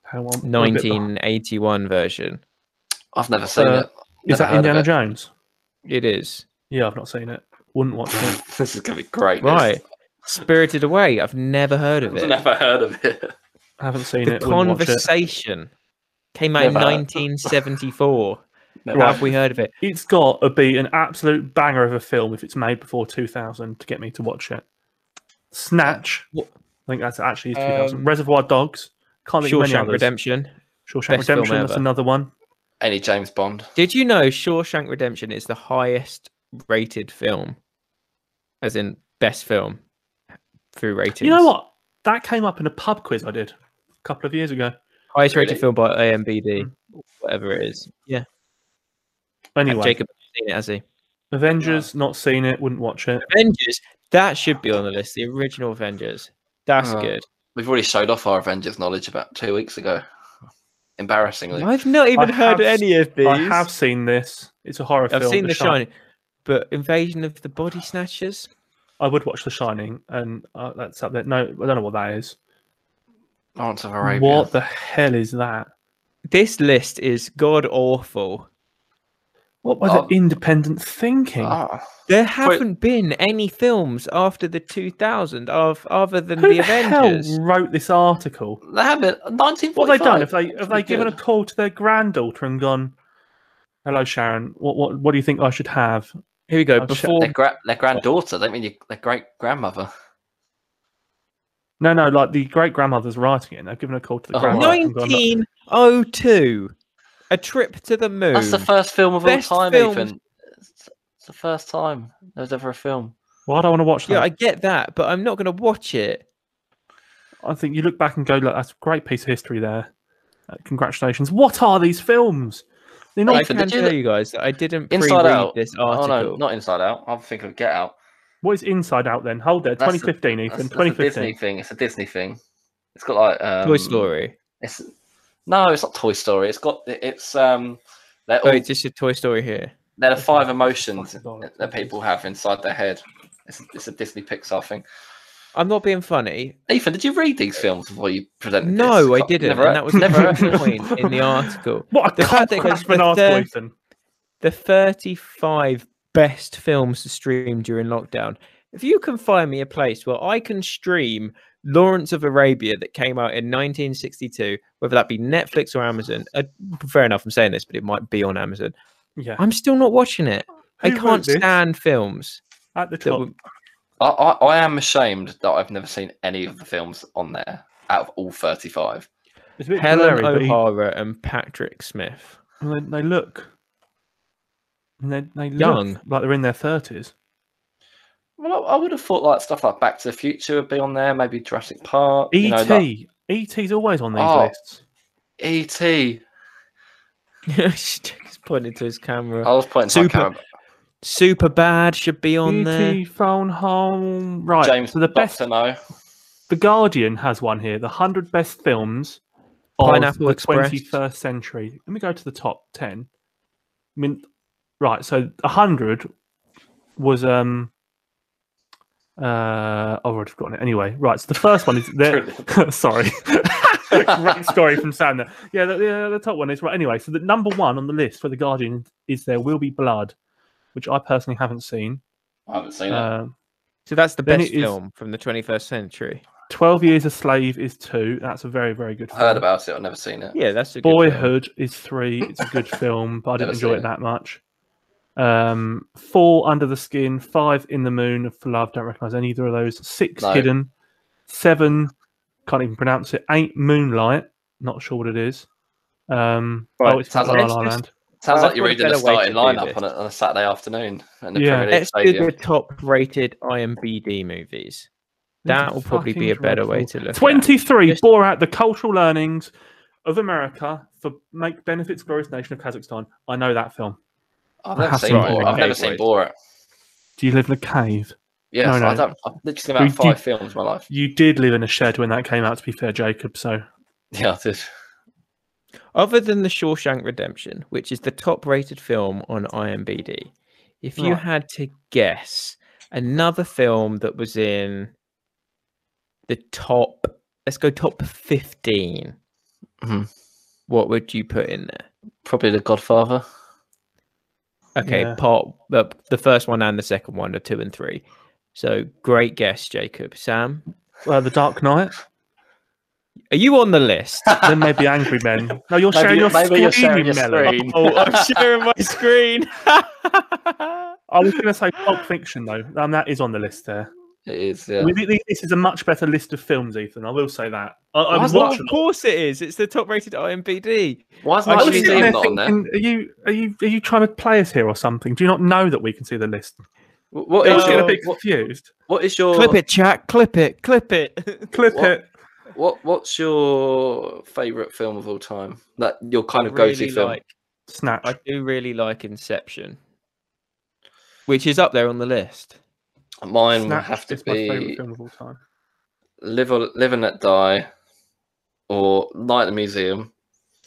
[SPEAKER 2] how one?
[SPEAKER 3] 1981 version.
[SPEAKER 1] I've never seen
[SPEAKER 2] Uh,
[SPEAKER 1] it.
[SPEAKER 2] Is
[SPEAKER 1] Never
[SPEAKER 2] that
[SPEAKER 1] heard of
[SPEAKER 2] Indiana
[SPEAKER 1] it.
[SPEAKER 2] Jones?
[SPEAKER 3] It is
[SPEAKER 2] Yeah, I've not seen it. Wouldn't watch it.
[SPEAKER 1] this is gonna be great. this.
[SPEAKER 3] right. Spirited Away. I've never heard of it.
[SPEAKER 1] Never heard of it.
[SPEAKER 2] Haven't seen
[SPEAKER 3] The
[SPEAKER 2] it. Wouldn't watch it.
[SPEAKER 3] Conversation came out in
[SPEAKER 1] Never.
[SPEAKER 3] 1974.
[SPEAKER 1] Never
[SPEAKER 3] Have we heard of it?
[SPEAKER 2] It's got to be an absolute banger of a film if it's made before 2000 to get me to watch it. Snatch.
[SPEAKER 3] Wha-
[SPEAKER 2] I think that's actually 2000.
[SPEAKER 3] Um,
[SPEAKER 2] Reservoir Dogs. Can't think of many
[SPEAKER 3] Shawshank
[SPEAKER 2] others.
[SPEAKER 3] Redemption.
[SPEAKER 2] Shawshank
[SPEAKER 3] Best film
[SPEAKER 2] Redemption. That's
[SPEAKER 3] ever.
[SPEAKER 2] another one.
[SPEAKER 1] Any James Bond?
[SPEAKER 3] Did you know Shawshank Redemption is the highest rated film, as in best film through ratings?
[SPEAKER 2] You know what? That came up in a pub quiz I did a couple of years ago.
[SPEAKER 3] Highest rated
[SPEAKER 1] Really?
[SPEAKER 3] film by AMBD, whatever it is. Yeah.
[SPEAKER 2] Hmm. Anyway,
[SPEAKER 3] Jacob has seen it, has he?
[SPEAKER 2] Avengers, not seen it, wouldn't watch it.
[SPEAKER 3] Avengers. That should be on the list. The original Avengers. That's
[SPEAKER 1] Oh.
[SPEAKER 3] good.
[SPEAKER 1] We've already showed off our Avengers knowledge about two weeks ago. Embarrassingly.
[SPEAKER 3] I've not even
[SPEAKER 2] I
[SPEAKER 3] heard
[SPEAKER 2] have s-
[SPEAKER 3] any of these.
[SPEAKER 2] I have seen this. It's a horror
[SPEAKER 3] I've
[SPEAKER 2] film.
[SPEAKER 3] seen The,
[SPEAKER 2] Shining.
[SPEAKER 3] Shining, but Invasion of the Body Snatchers.
[SPEAKER 2] I would watch The Shining, and uh, that's up there. No, I don't know what that is.
[SPEAKER 1] Lawrence of Arabia.
[SPEAKER 2] What the hell is that?
[SPEAKER 3] This list is god awful.
[SPEAKER 2] What was
[SPEAKER 1] Oh.
[SPEAKER 2] it? Independent thinking.
[SPEAKER 3] Oh,
[SPEAKER 1] Ah.
[SPEAKER 3] There haven't been any films after the 2000 of other than
[SPEAKER 2] Who
[SPEAKER 3] the
[SPEAKER 2] the
[SPEAKER 3] Avengers.
[SPEAKER 2] hell wrote this article?
[SPEAKER 1] They haven't. 1945.
[SPEAKER 2] What have they done? Have they have they
[SPEAKER 1] Pretty
[SPEAKER 2] given a
[SPEAKER 1] good.
[SPEAKER 2] call to their granddaughter and gone, "Hello, Sharon. What what what do you think I should have?"
[SPEAKER 3] Here we go.
[SPEAKER 2] I'll check
[SPEAKER 3] Before
[SPEAKER 1] Their, gra- their granddaughter. They mean your, their great grandmother.
[SPEAKER 2] No, no, like the great grandmother's writing it. and They've given a call to the
[SPEAKER 1] Oh,
[SPEAKER 2] grandmother. and gone,
[SPEAKER 3] 1902, A Trip to the Moon.
[SPEAKER 1] That's the first film of
[SPEAKER 3] Best
[SPEAKER 1] all time,
[SPEAKER 3] films.
[SPEAKER 1] Ethan. It's it's the first time there was ever a film.
[SPEAKER 2] Why do I want to watch that?
[SPEAKER 3] yeah, I get that, but I'm not going to watch it.
[SPEAKER 2] I think you look back and go, look, that's a great piece of history there. Uh, congratulations. What are these films? They're not.
[SPEAKER 3] I
[SPEAKER 1] Nathan,
[SPEAKER 3] can
[SPEAKER 1] did you
[SPEAKER 3] tell
[SPEAKER 1] look-
[SPEAKER 3] you guys that I didn't
[SPEAKER 1] Inside
[SPEAKER 3] pre-read
[SPEAKER 1] Out?
[SPEAKER 3] this
[SPEAKER 1] Oh
[SPEAKER 3] article.
[SPEAKER 1] no, not Inside Out. I'm thinking of Get Out.
[SPEAKER 2] What is Inside Out then? Hold there.
[SPEAKER 1] That's the-
[SPEAKER 2] 2015,
[SPEAKER 1] That's,
[SPEAKER 2] Ethan.
[SPEAKER 1] that's a
[SPEAKER 2] 2015.
[SPEAKER 1] Disney thing. It's a Disney thing. It's got like um,
[SPEAKER 3] Toy Story.
[SPEAKER 1] It's no, it's not Toy Story. It's got it's um, they're
[SPEAKER 3] Oh,
[SPEAKER 1] all,
[SPEAKER 3] it's just a Toy Story here.
[SPEAKER 1] they're the
[SPEAKER 2] Okay.
[SPEAKER 1] five emotions
[SPEAKER 2] Fucking
[SPEAKER 1] that people have inside their head. It's, it's a Disney Pixar thing.
[SPEAKER 3] I'm not being funny.
[SPEAKER 1] Ethan, did you read these films before you presented?
[SPEAKER 3] No,
[SPEAKER 1] this?
[SPEAKER 3] I didn't.
[SPEAKER 1] Never,
[SPEAKER 3] and that was never a point in the article.
[SPEAKER 2] What a
[SPEAKER 3] The fact that it
[SPEAKER 2] complex
[SPEAKER 3] goes for
[SPEAKER 2] an article,
[SPEAKER 3] third-
[SPEAKER 2] Ethan.
[SPEAKER 3] The 35 best films to stream during lockdown. If you can find me a place where I can stream Lawrence of Arabia that came out in 1962, whether that be Netflix or Amazon, uh, fair enough, I'm saying this, but it might be on Amazon.
[SPEAKER 2] Yeah.
[SPEAKER 3] I'm still not watching it. I
[SPEAKER 2] Who wrote
[SPEAKER 3] can't
[SPEAKER 2] this?
[SPEAKER 3] stand films.
[SPEAKER 2] At the
[SPEAKER 3] that
[SPEAKER 2] top.
[SPEAKER 3] were-
[SPEAKER 1] I, I, I am ashamed that I've never seen any of the films on there out of all 35.
[SPEAKER 2] It's a bit
[SPEAKER 3] Helen
[SPEAKER 2] blurry, but he-
[SPEAKER 3] O'Hara and Patrick Smith.
[SPEAKER 2] and they, they look. And they, they look
[SPEAKER 3] Young.
[SPEAKER 2] like they're in their 30s.
[SPEAKER 1] Well, I, I would have thought like stuff like Back to the Future would be on there, maybe Jurassic Park.
[SPEAKER 2] E.T.
[SPEAKER 1] you know, like- E
[SPEAKER 2] E.T.'s E always on these
[SPEAKER 1] Oh.
[SPEAKER 2] lists.
[SPEAKER 3] E
[SPEAKER 1] E.T.
[SPEAKER 3] He's pointing to his camera.
[SPEAKER 2] Oh.
[SPEAKER 1] I was pointing to my
[SPEAKER 3] Super-
[SPEAKER 1] camera.
[SPEAKER 3] Super Bad should be on
[SPEAKER 2] E.T.
[SPEAKER 3] there.
[SPEAKER 2] Phone Home. Right.
[SPEAKER 1] E James,
[SPEAKER 2] so the best.
[SPEAKER 1] Doctor No.
[SPEAKER 2] The Guardian has one here. The 100 best films of
[SPEAKER 3] Pineapple
[SPEAKER 2] the
[SPEAKER 3] Express.
[SPEAKER 2] 21st century. Let me go to the top 10. I mean, right. So 100 was um. Uh, I've already forgotten it. Anyway, right. So the first one is there. sorry, great story from Sam. There. Yeah, the, the, the top one is right. Anyway, so the number one on the list for the Guardian is "There Will Be Blood," which I personally haven't seen.
[SPEAKER 1] I haven't seen
[SPEAKER 3] Uh,
[SPEAKER 1] it.
[SPEAKER 2] Um,
[SPEAKER 3] So that's the
[SPEAKER 2] Then
[SPEAKER 3] best
[SPEAKER 2] it is-
[SPEAKER 3] film from the 21st century.
[SPEAKER 2] Twelve Years a Slave is two. That's a very, very good.
[SPEAKER 1] I
[SPEAKER 2] Film.
[SPEAKER 1] heard about it. I've never seen it.
[SPEAKER 3] Yeah, that's a good film.
[SPEAKER 2] Boyhood is three. It's a good film, but I didn't
[SPEAKER 1] Never
[SPEAKER 2] enjoy
[SPEAKER 1] seen
[SPEAKER 2] it
[SPEAKER 1] it.
[SPEAKER 2] that much. Um, four Under the Skin, five In the Moon for Love. Don't recognize any either of those. Six
[SPEAKER 1] No.
[SPEAKER 2] Hidden, seven can't even pronounce it. Eight Moonlight. Not sure what it is. Um,
[SPEAKER 3] Right,
[SPEAKER 2] oh, it's
[SPEAKER 1] sounds
[SPEAKER 2] La
[SPEAKER 1] like-
[SPEAKER 2] La
[SPEAKER 3] let's just-
[SPEAKER 2] Land.
[SPEAKER 1] Sounds
[SPEAKER 3] Well,
[SPEAKER 1] like you're
[SPEAKER 3] that's
[SPEAKER 1] reading the
[SPEAKER 3] probably a
[SPEAKER 1] starting
[SPEAKER 3] better way to
[SPEAKER 1] lineup
[SPEAKER 3] do
[SPEAKER 1] on a, on a Saturday afternoon in the
[SPEAKER 2] Yeah.
[SPEAKER 1] Premier League
[SPEAKER 3] Let's do
[SPEAKER 1] stadium.
[SPEAKER 3] the top rated IMBD movies.
[SPEAKER 2] These are
[SPEAKER 3] That will probably be a
[SPEAKER 2] fucking
[SPEAKER 3] better way
[SPEAKER 2] dreadful.
[SPEAKER 3] to look at it.
[SPEAKER 2] Twenty-three
[SPEAKER 3] Just-
[SPEAKER 2] bore out the cultural learnings of America for make benefits glorious nation of Kazakhstan. I know that film.
[SPEAKER 1] I've
[SPEAKER 2] I
[SPEAKER 1] never
[SPEAKER 2] have
[SPEAKER 1] seen
[SPEAKER 2] seen
[SPEAKER 1] Borat.
[SPEAKER 2] it.
[SPEAKER 1] I've never
[SPEAKER 3] Okay,
[SPEAKER 1] seen
[SPEAKER 3] wait.
[SPEAKER 1] Borat.
[SPEAKER 2] Do you live in a cave?
[SPEAKER 1] Yes,
[SPEAKER 2] No,
[SPEAKER 1] I
[SPEAKER 2] no.
[SPEAKER 1] don't. I've literally seen about
[SPEAKER 2] We
[SPEAKER 1] five
[SPEAKER 2] did-
[SPEAKER 1] films in my life.
[SPEAKER 2] You did live in a shed when that came out. To be fair, Jacob. So
[SPEAKER 1] Yeah, I did.
[SPEAKER 3] Other than The Shawshank Redemption, which is the top rated film on IMBD, if you
[SPEAKER 2] Right.
[SPEAKER 3] had to guess another film that was in the top, let's go top 15,
[SPEAKER 2] Mm-hmm.
[SPEAKER 1] Mhm.
[SPEAKER 3] what would you put in there?
[SPEAKER 1] Probably The Godfather.
[SPEAKER 3] Okay,
[SPEAKER 2] Yeah.
[SPEAKER 3] part the, the first one and the second one are two and three. So great guess, Jacob. Sam,
[SPEAKER 2] Uh, the Dark Knight.
[SPEAKER 3] are you on the list?
[SPEAKER 2] then maybe Angry Men. No, you're
[SPEAKER 1] Maybe
[SPEAKER 2] sharing
[SPEAKER 1] you-
[SPEAKER 2] your
[SPEAKER 1] maybe
[SPEAKER 2] screen,
[SPEAKER 1] you're sharing
[SPEAKER 2] you
[SPEAKER 1] your
[SPEAKER 2] melon.
[SPEAKER 1] screen.
[SPEAKER 3] oh, I'm sharing my screen.
[SPEAKER 2] I was going to say Pulp Fiction though, and that is on the list there.
[SPEAKER 1] It is. Yeah.
[SPEAKER 2] We- we- This is a much better list of films, Ethan. I will say that. I, I was
[SPEAKER 3] Well,
[SPEAKER 2] watching.
[SPEAKER 3] Of course it is. It's the top rated IMBD.
[SPEAKER 1] Why is
[SPEAKER 3] I
[SPEAKER 2] I
[SPEAKER 1] Night
[SPEAKER 2] was
[SPEAKER 3] actually
[SPEAKER 2] sitting
[SPEAKER 1] Museum
[SPEAKER 2] there
[SPEAKER 1] not on there?
[SPEAKER 2] thinking, are you are you are you trying to play us here or something? Do you not know that we can see the list?
[SPEAKER 1] Wh- What
[SPEAKER 2] I
[SPEAKER 1] is
[SPEAKER 2] was getting a
[SPEAKER 1] your,
[SPEAKER 2] bit
[SPEAKER 1] what,
[SPEAKER 2] confused.
[SPEAKER 1] what is your
[SPEAKER 3] Clip it, chat. Clip it. Clip it.
[SPEAKER 2] Clip
[SPEAKER 1] What?
[SPEAKER 2] it.
[SPEAKER 1] what what's your favorite film of all time? That your kind of go to
[SPEAKER 3] Really
[SPEAKER 1] film.
[SPEAKER 3] like-
[SPEAKER 2] Snatch.
[SPEAKER 3] I do really like Inception, which is up there on the list.
[SPEAKER 1] Mine would
[SPEAKER 2] Snatch
[SPEAKER 1] have to
[SPEAKER 2] is my favourite
[SPEAKER 1] be
[SPEAKER 2] film of all time.
[SPEAKER 1] Live or, Live and Let Die, or Night at the Museum.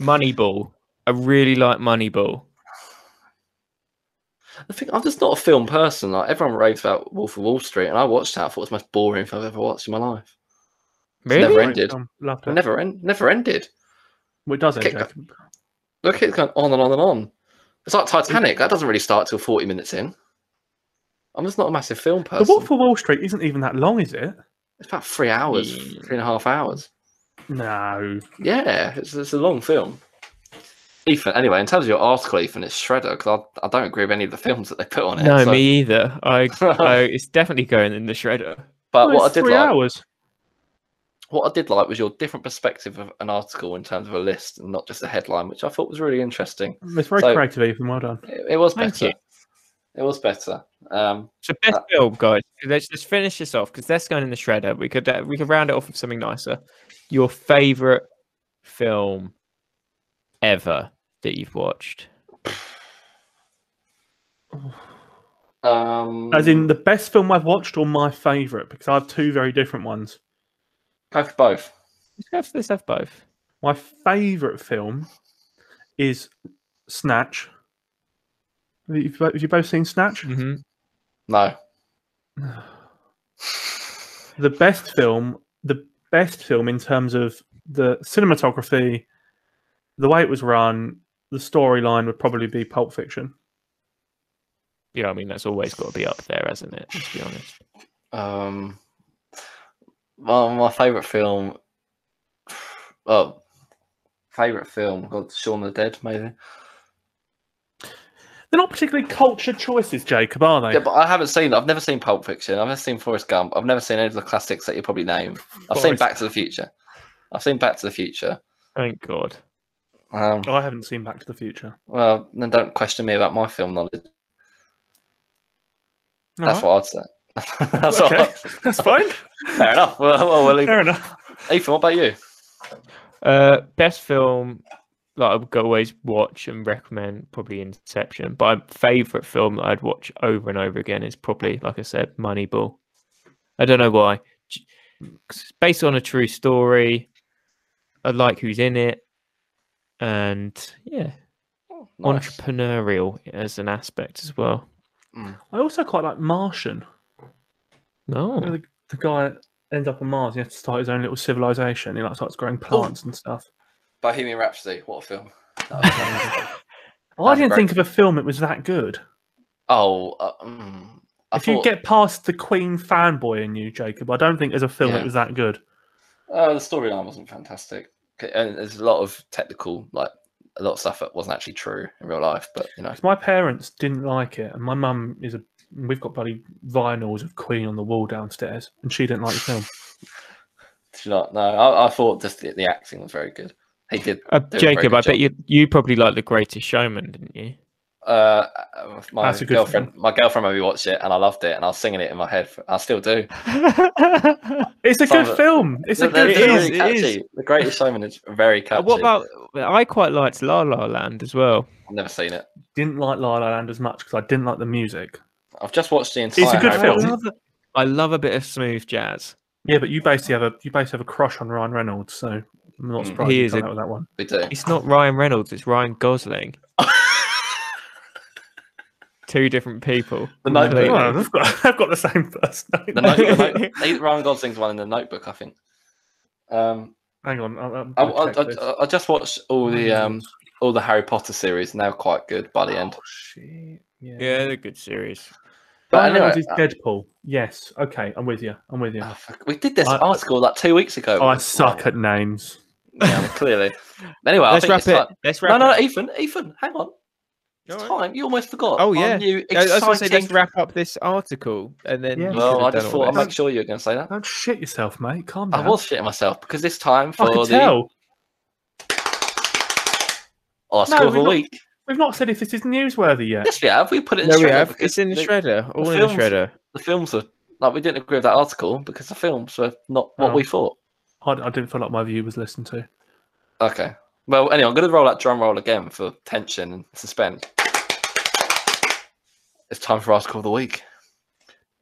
[SPEAKER 3] Moneyball. I really like Moneyball.
[SPEAKER 1] I think I'm just not a film person. Like everyone raves about Wolf of Wall Street, and I watched that. I thought it was the most boring film I've ever watched in my life.
[SPEAKER 3] Really?
[SPEAKER 1] never
[SPEAKER 2] Great
[SPEAKER 1] ended.
[SPEAKER 2] film. Loved
[SPEAKER 1] It
[SPEAKER 2] it.
[SPEAKER 1] never end, never ended.
[SPEAKER 2] Well, it does end.
[SPEAKER 1] Kick-
[SPEAKER 2] Jacob.
[SPEAKER 1] Look, it's going on and on and on. It's like Titanic. That doesn't really start till 40 minutes in. I'm just not a massive film
[SPEAKER 2] The
[SPEAKER 1] person.
[SPEAKER 2] Wolf of Wall Street isn't even that long, is it?
[SPEAKER 1] It's about three hours,
[SPEAKER 3] Yeah.
[SPEAKER 1] three and a half hours.
[SPEAKER 2] No.
[SPEAKER 1] Yeah, it's, it's a long film. Ethan, anyway, in terms of your article, Ethan, it's Shredder because I, I don't agree with any of the films that they put on it.
[SPEAKER 3] No,
[SPEAKER 1] so-
[SPEAKER 3] me either. I, I, it's definitely going in the shredder.
[SPEAKER 1] But
[SPEAKER 2] Well,
[SPEAKER 1] what
[SPEAKER 2] it's
[SPEAKER 1] I did
[SPEAKER 2] three
[SPEAKER 1] like,
[SPEAKER 2] hours.
[SPEAKER 1] what I did like was your different perspective of an article in terms of a list and not just a headline, which I thought was really interesting.
[SPEAKER 2] It's very
[SPEAKER 1] So-
[SPEAKER 2] creative, Ethan. Well done.
[SPEAKER 1] It, it was
[SPEAKER 3] Thank
[SPEAKER 1] better. It was better. Um,
[SPEAKER 3] So best
[SPEAKER 1] Uh,
[SPEAKER 3] film, guys. Let's just finish this off because that's going in the shredder. We could uh, we could round it off with something nicer. Your favorite film ever that you've watched?
[SPEAKER 1] um,
[SPEAKER 2] As in the best film I've watched or my favourite, because I have two very different ones.
[SPEAKER 1] go for both.
[SPEAKER 3] Let's have, let's have both.
[SPEAKER 2] My favourite film is Snatch. Have you, have you both seen Snatch?
[SPEAKER 3] Mm-hmm.
[SPEAKER 1] No.
[SPEAKER 2] The best film, the best film in terms of the cinematography, the way it was run, the storyline would probably be Pulp Fiction.
[SPEAKER 3] You know, what I mean, that's always got to be up there, hasn't it? Let's be honest.
[SPEAKER 1] Um, well, my favorite film. Oh, favorite film. God, Shaun of the Dead, maybe.
[SPEAKER 2] They're not particularly cultured choices, Jacob, are they?
[SPEAKER 1] Yeah, but I haven't seen. I've never seen Pulp Fiction. I've never seen Forrest Gump. I've never seen any of the classics that you probably name. I've seen
[SPEAKER 2] Forrest-
[SPEAKER 1] Back to the Future. I've seen Back to the Future.
[SPEAKER 3] Thank God.
[SPEAKER 1] Um,
[SPEAKER 2] Oh, I haven't seen Back to the Future.
[SPEAKER 1] well, then don't question me about my film knowledge. That's
[SPEAKER 2] All
[SPEAKER 1] what I'd say. That's
[SPEAKER 2] right.
[SPEAKER 1] what
[SPEAKER 2] okay. That's fine.
[SPEAKER 1] I- fair enough. Well, well, we'll leave.
[SPEAKER 2] Fair enough.
[SPEAKER 1] Ethan, what about you?
[SPEAKER 3] Uh, best film that I would always watch and recommend probably Inception. But my favorite film that I'd watch over and over again is probably, like I said, Moneyball. I don't know why. J- 'cause It's based on a true story. I like who's in it, and yeah,
[SPEAKER 1] Nice.
[SPEAKER 3] entrepreneurial as an aspect as well.
[SPEAKER 2] I also quite like Martian. You know,
[SPEAKER 3] No,
[SPEAKER 2] the, the guy ends up on Mars. He has to start his own little civilization. He like starts growing
[SPEAKER 1] Oh.
[SPEAKER 2] plants and stuff.
[SPEAKER 1] Bohemian Rhapsody. What a film.
[SPEAKER 2] I didn't
[SPEAKER 1] great.
[SPEAKER 2] think of a film that was that good.
[SPEAKER 1] oh, uh, mm, I
[SPEAKER 2] if you
[SPEAKER 1] thought,
[SPEAKER 2] get past the Queen fanboy in you, Jacob, I don't think there's a film
[SPEAKER 1] Yeah.
[SPEAKER 2] that was that good.
[SPEAKER 1] uh, the storyline wasn't fantastic, Okay, and there's a lot of technical, like a lot of stuff that wasn't actually true in real life. But you know,
[SPEAKER 2] 'Cause my parents didn't like it, and my mum is a. We've got bloody vinyls of Queen on the wall downstairs, and she didn't like the film.
[SPEAKER 1] did you not? No, I, I thought just the, the acting was very good. He did. a
[SPEAKER 3] uh,
[SPEAKER 1] very
[SPEAKER 3] Jacob,
[SPEAKER 1] good
[SPEAKER 3] I
[SPEAKER 1] job.
[SPEAKER 3] bet you you probably like The Greatest Showman, didn't you?
[SPEAKER 1] Uh, uh, my
[SPEAKER 2] That's a good
[SPEAKER 1] girlfriend, my girlfriend made me watch it, and I loved it, and I was singing it in my head. For, I still do.
[SPEAKER 3] Uh,
[SPEAKER 2] It's a
[SPEAKER 1] Some of
[SPEAKER 2] good
[SPEAKER 1] it-
[SPEAKER 2] film. It's a
[SPEAKER 1] They're-
[SPEAKER 2] good
[SPEAKER 1] they're
[SPEAKER 2] film.
[SPEAKER 3] is,
[SPEAKER 1] really
[SPEAKER 3] it is.
[SPEAKER 1] catchy. The Greatest Showman is very
[SPEAKER 3] Uh,
[SPEAKER 1] catchy.
[SPEAKER 3] what about? I quite liked La La Land as well.
[SPEAKER 1] I've never seen it.
[SPEAKER 2] Didn't like La La Land as much because I didn't like the music.
[SPEAKER 1] I've just watched the
[SPEAKER 2] a
[SPEAKER 1] entire.
[SPEAKER 2] good
[SPEAKER 1] Harry
[SPEAKER 2] film.
[SPEAKER 1] Potter-
[SPEAKER 3] I love, a- I love a bit of smooth jazz.
[SPEAKER 2] Yeah, but you basically have a you basically have a crush on Ryan Reynolds, so I'm
[SPEAKER 1] Mm.
[SPEAKER 2] not surprised
[SPEAKER 3] He
[SPEAKER 2] he
[SPEAKER 3] is
[SPEAKER 2] is come
[SPEAKER 3] a-
[SPEAKER 2] out with that one.
[SPEAKER 1] We do.
[SPEAKER 3] It's not Ryan Reynolds, it's Ryan Gosling. Two different people.
[SPEAKER 1] The Notebook.
[SPEAKER 3] completely.
[SPEAKER 2] Oh, I've, got, I've got the same first name.
[SPEAKER 1] The notebook, the note- Ryan Gosling's one in the Notebook, I think. Um,
[SPEAKER 2] Hang on, I'll, I'll,
[SPEAKER 1] I,
[SPEAKER 2] I'll
[SPEAKER 1] I,
[SPEAKER 2] check this.
[SPEAKER 1] I, I just watched all the um,
[SPEAKER 2] Reynolds.
[SPEAKER 1] all the Harry Potter series, and they were quite good by the end.
[SPEAKER 2] Oh, shit. Yeah.
[SPEAKER 3] Yeah, they're good series.
[SPEAKER 1] But
[SPEAKER 2] Ryan Reynolds
[SPEAKER 1] anyway,
[SPEAKER 2] is Deadpool. Yes. Okay, I'm with you. I'm with you.
[SPEAKER 1] uh, oh, fuck, we did this
[SPEAKER 2] I-
[SPEAKER 1] article like two weeks ago.
[SPEAKER 2] I suck at names.
[SPEAKER 1] Yeah, clearly. Anyway, I
[SPEAKER 3] Let's
[SPEAKER 1] think
[SPEAKER 3] wrap
[SPEAKER 1] it's
[SPEAKER 3] it.
[SPEAKER 1] time-
[SPEAKER 3] Let's
[SPEAKER 1] No,
[SPEAKER 3] wrap
[SPEAKER 1] no,
[SPEAKER 3] it.
[SPEAKER 1] Ethan, Ethan, hang on. It's time. You almost forgot.
[SPEAKER 3] Oh,
[SPEAKER 1] our
[SPEAKER 3] yeah.
[SPEAKER 1] new
[SPEAKER 3] I was going to say,
[SPEAKER 1] exciting-
[SPEAKER 3] let's wrap up this article and then.
[SPEAKER 2] Yeah.
[SPEAKER 3] you
[SPEAKER 1] Well,
[SPEAKER 3] could've
[SPEAKER 1] I just
[SPEAKER 3] done
[SPEAKER 1] thought
[SPEAKER 3] all
[SPEAKER 1] I'd
[SPEAKER 3] this.
[SPEAKER 1] make sure you were going to say that.
[SPEAKER 2] Don't shit yourself, mate. Calm down.
[SPEAKER 1] I was shitting myself because this time
[SPEAKER 2] I
[SPEAKER 1] for
[SPEAKER 2] can
[SPEAKER 1] the
[SPEAKER 2] tell.
[SPEAKER 1] Oscar
[SPEAKER 2] No,
[SPEAKER 1] of the
[SPEAKER 2] we've got-
[SPEAKER 1] week,
[SPEAKER 2] We've not said if this is newsworthy yet.
[SPEAKER 1] Yes, we have. We put it in
[SPEAKER 3] No,
[SPEAKER 1] shredder
[SPEAKER 3] we have.
[SPEAKER 1] because
[SPEAKER 3] It's in the
[SPEAKER 1] they-
[SPEAKER 3] shredder. All in the
[SPEAKER 1] films-
[SPEAKER 3] shredder.
[SPEAKER 1] The films were like we didn't agree with that article because the films were not what
[SPEAKER 2] Oh.
[SPEAKER 1] we thought.
[SPEAKER 2] I, I didn't feel like my view was listened to.
[SPEAKER 1] Okay. Well, anyway, I'm going to roll that drum roll again for tension and suspense. It's time for article of the week.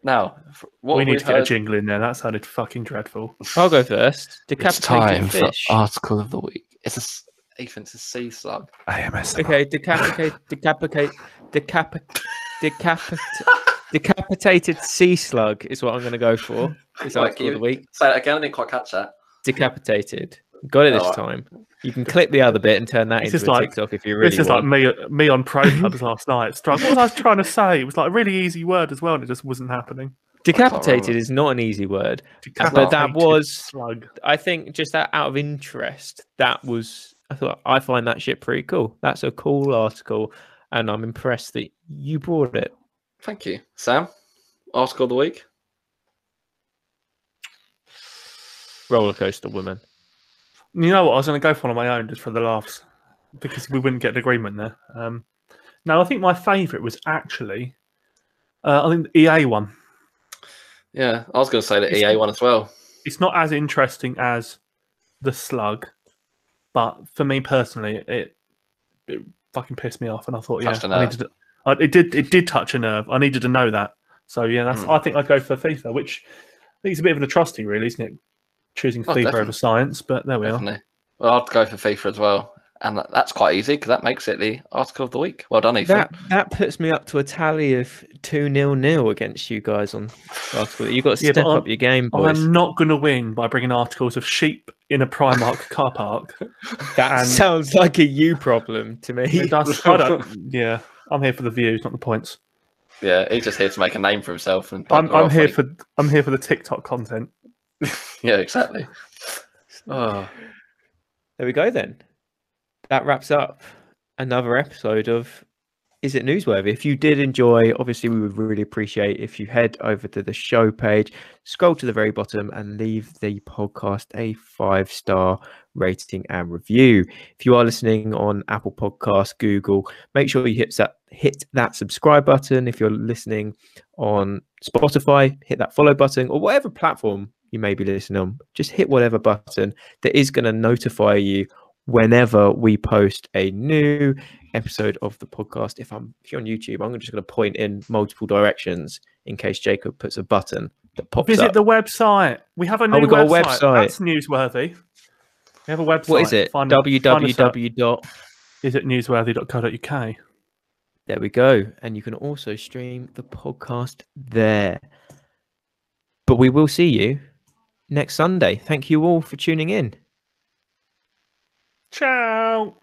[SPEAKER 1] Now, f- what
[SPEAKER 2] we need
[SPEAKER 1] we've
[SPEAKER 2] to get a
[SPEAKER 1] heard-
[SPEAKER 2] jingle in there. That sounded fucking dreadful.
[SPEAKER 3] I'll go first.
[SPEAKER 1] It's
[SPEAKER 3] Decapitated
[SPEAKER 1] time for
[SPEAKER 3] fish.
[SPEAKER 1] article of the week. It's a s- Ethan, it's a sea slug.
[SPEAKER 2] AMS.
[SPEAKER 3] Okay, decapitate, decapitate, decap, decapit, decapitated sea slug is what I'm going to go for. This
[SPEAKER 1] Right,
[SPEAKER 3] article of the
[SPEAKER 1] you-
[SPEAKER 3] week.
[SPEAKER 1] Say that again. I didn't quite catch that.
[SPEAKER 3] Decapitated. Got it this
[SPEAKER 1] Alright.
[SPEAKER 3] time. You can clip the other bit and turn that
[SPEAKER 2] This is
[SPEAKER 3] into a
[SPEAKER 2] like-
[SPEAKER 3] TikTok if you really
[SPEAKER 2] this is
[SPEAKER 3] want.
[SPEAKER 2] like me, me on pro clubs last night. It's like, What was I trying to say? It was like a really easy word as well, and it just wasn't happening.
[SPEAKER 3] Decapitated is not an easy word. But that
[SPEAKER 2] Decapitated
[SPEAKER 3] was,
[SPEAKER 2] slug.
[SPEAKER 3] I think, just that out of interest. That was, I thought, I find that shit pretty cool. That's a cool article, and I'm impressed that you brought it.
[SPEAKER 1] Thank you, Sam. Article of the week.
[SPEAKER 3] Roller coaster woman.
[SPEAKER 2] You know what? I was going to go for one on my own just for the laughs because we wouldn't get an agreement there. Um, now, I think my favourite was actually, uh, I think the EA one.
[SPEAKER 1] Yeah, I was going to say the
[SPEAKER 2] It's-
[SPEAKER 1] EA one as well.
[SPEAKER 2] It's not as interesting as the slug, but for me personally, it, it fucking pissed me off, and I thought, yeah,
[SPEAKER 1] Touched a
[SPEAKER 2] I
[SPEAKER 1] nerve.
[SPEAKER 2] needed. To, I, it did. It did touch a nerve. I needed to know that. So yeah, that's.
[SPEAKER 1] Hmm.
[SPEAKER 2] I think I'd go for FIFA, which I think is a bit of an atrocity, really, isn't it? Choosing
[SPEAKER 1] Oh,
[SPEAKER 2] FIFA over
[SPEAKER 1] definitely.
[SPEAKER 2] science, but there we are.
[SPEAKER 1] Definitely. Well, I'd go for FIFA as well, and that, that's quite easy because that makes it the article of the week. Well done, Ethan.
[SPEAKER 3] That that puts me up to a tally of two nil nil against you guys on article. You've got to
[SPEAKER 2] Yeah, but
[SPEAKER 3] step up
[SPEAKER 2] I'm-
[SPEAKER 3] your game, boys.
[SPEAKER 2] I'm not going to win by bringing articles of sheep in a Primark car park.
[SPEAKER 3] That
[SPEAKER 2] and-
[SPEAKER 3] sounds like a you problem to me.
[SPEAKER 2] It does- I don't- yeah, I'm here for the views, not the points.
[SPEAKER 1] Yeah, he's just here to make a name for himself. And
[SPEAKER 2] I'm,
[SPEAKER 1] bugger
[SPEAKER 2] I'm
[SPEAKER 1] off
[SPEAKER 2] here
[SPEAKER 1] when he-
[SPEAKER 2] for I'm here for the TikTok content.
[SPEAKER 1] yeah, exactly. Oh,
[SPEAKER 3] There we go then. That wraps up another episode of Is It Newsworthy? If you did enjoy, obviously we would really appreciate if you head over to the show page, scroll to the very bottom and leave the podcast a five star rating and review. If you are listening on Apple Podcasts, Google, make sure you hit that hit that subscribe button. If you're listening on Spotify, hit that follow button or whatever platform you may be listening on. Just hit whatever button that is going to notify you whenever we post a new episode of the podcast. If I'm if you're on YouTube, I'm just going to point in multiple directions in case Jacob puts a button that pops
[SPEAKER 2] Visit
[SPEAKER 3] up.
[SPEAKER 2] the website. We have a new
[SPEAKER 3] we Oh, got a
[SPEAKER 2] website.
[SPEAKER 3] website.
[SPEAKER 2] That's newsworthy. We have a website.
[SPEAKER 3] what is it?
[SPEAKER 2] Find- find us at-
[SPEAKER 3] www. dot
[SPEAKER 2] Is it newsworthy.co.uk?
[SPEAKER 3] There we go. And you can also stream the podcast there. But we will see you next Sunday. Thank you all for tuning in.
[SPEAKER 2] Ciao.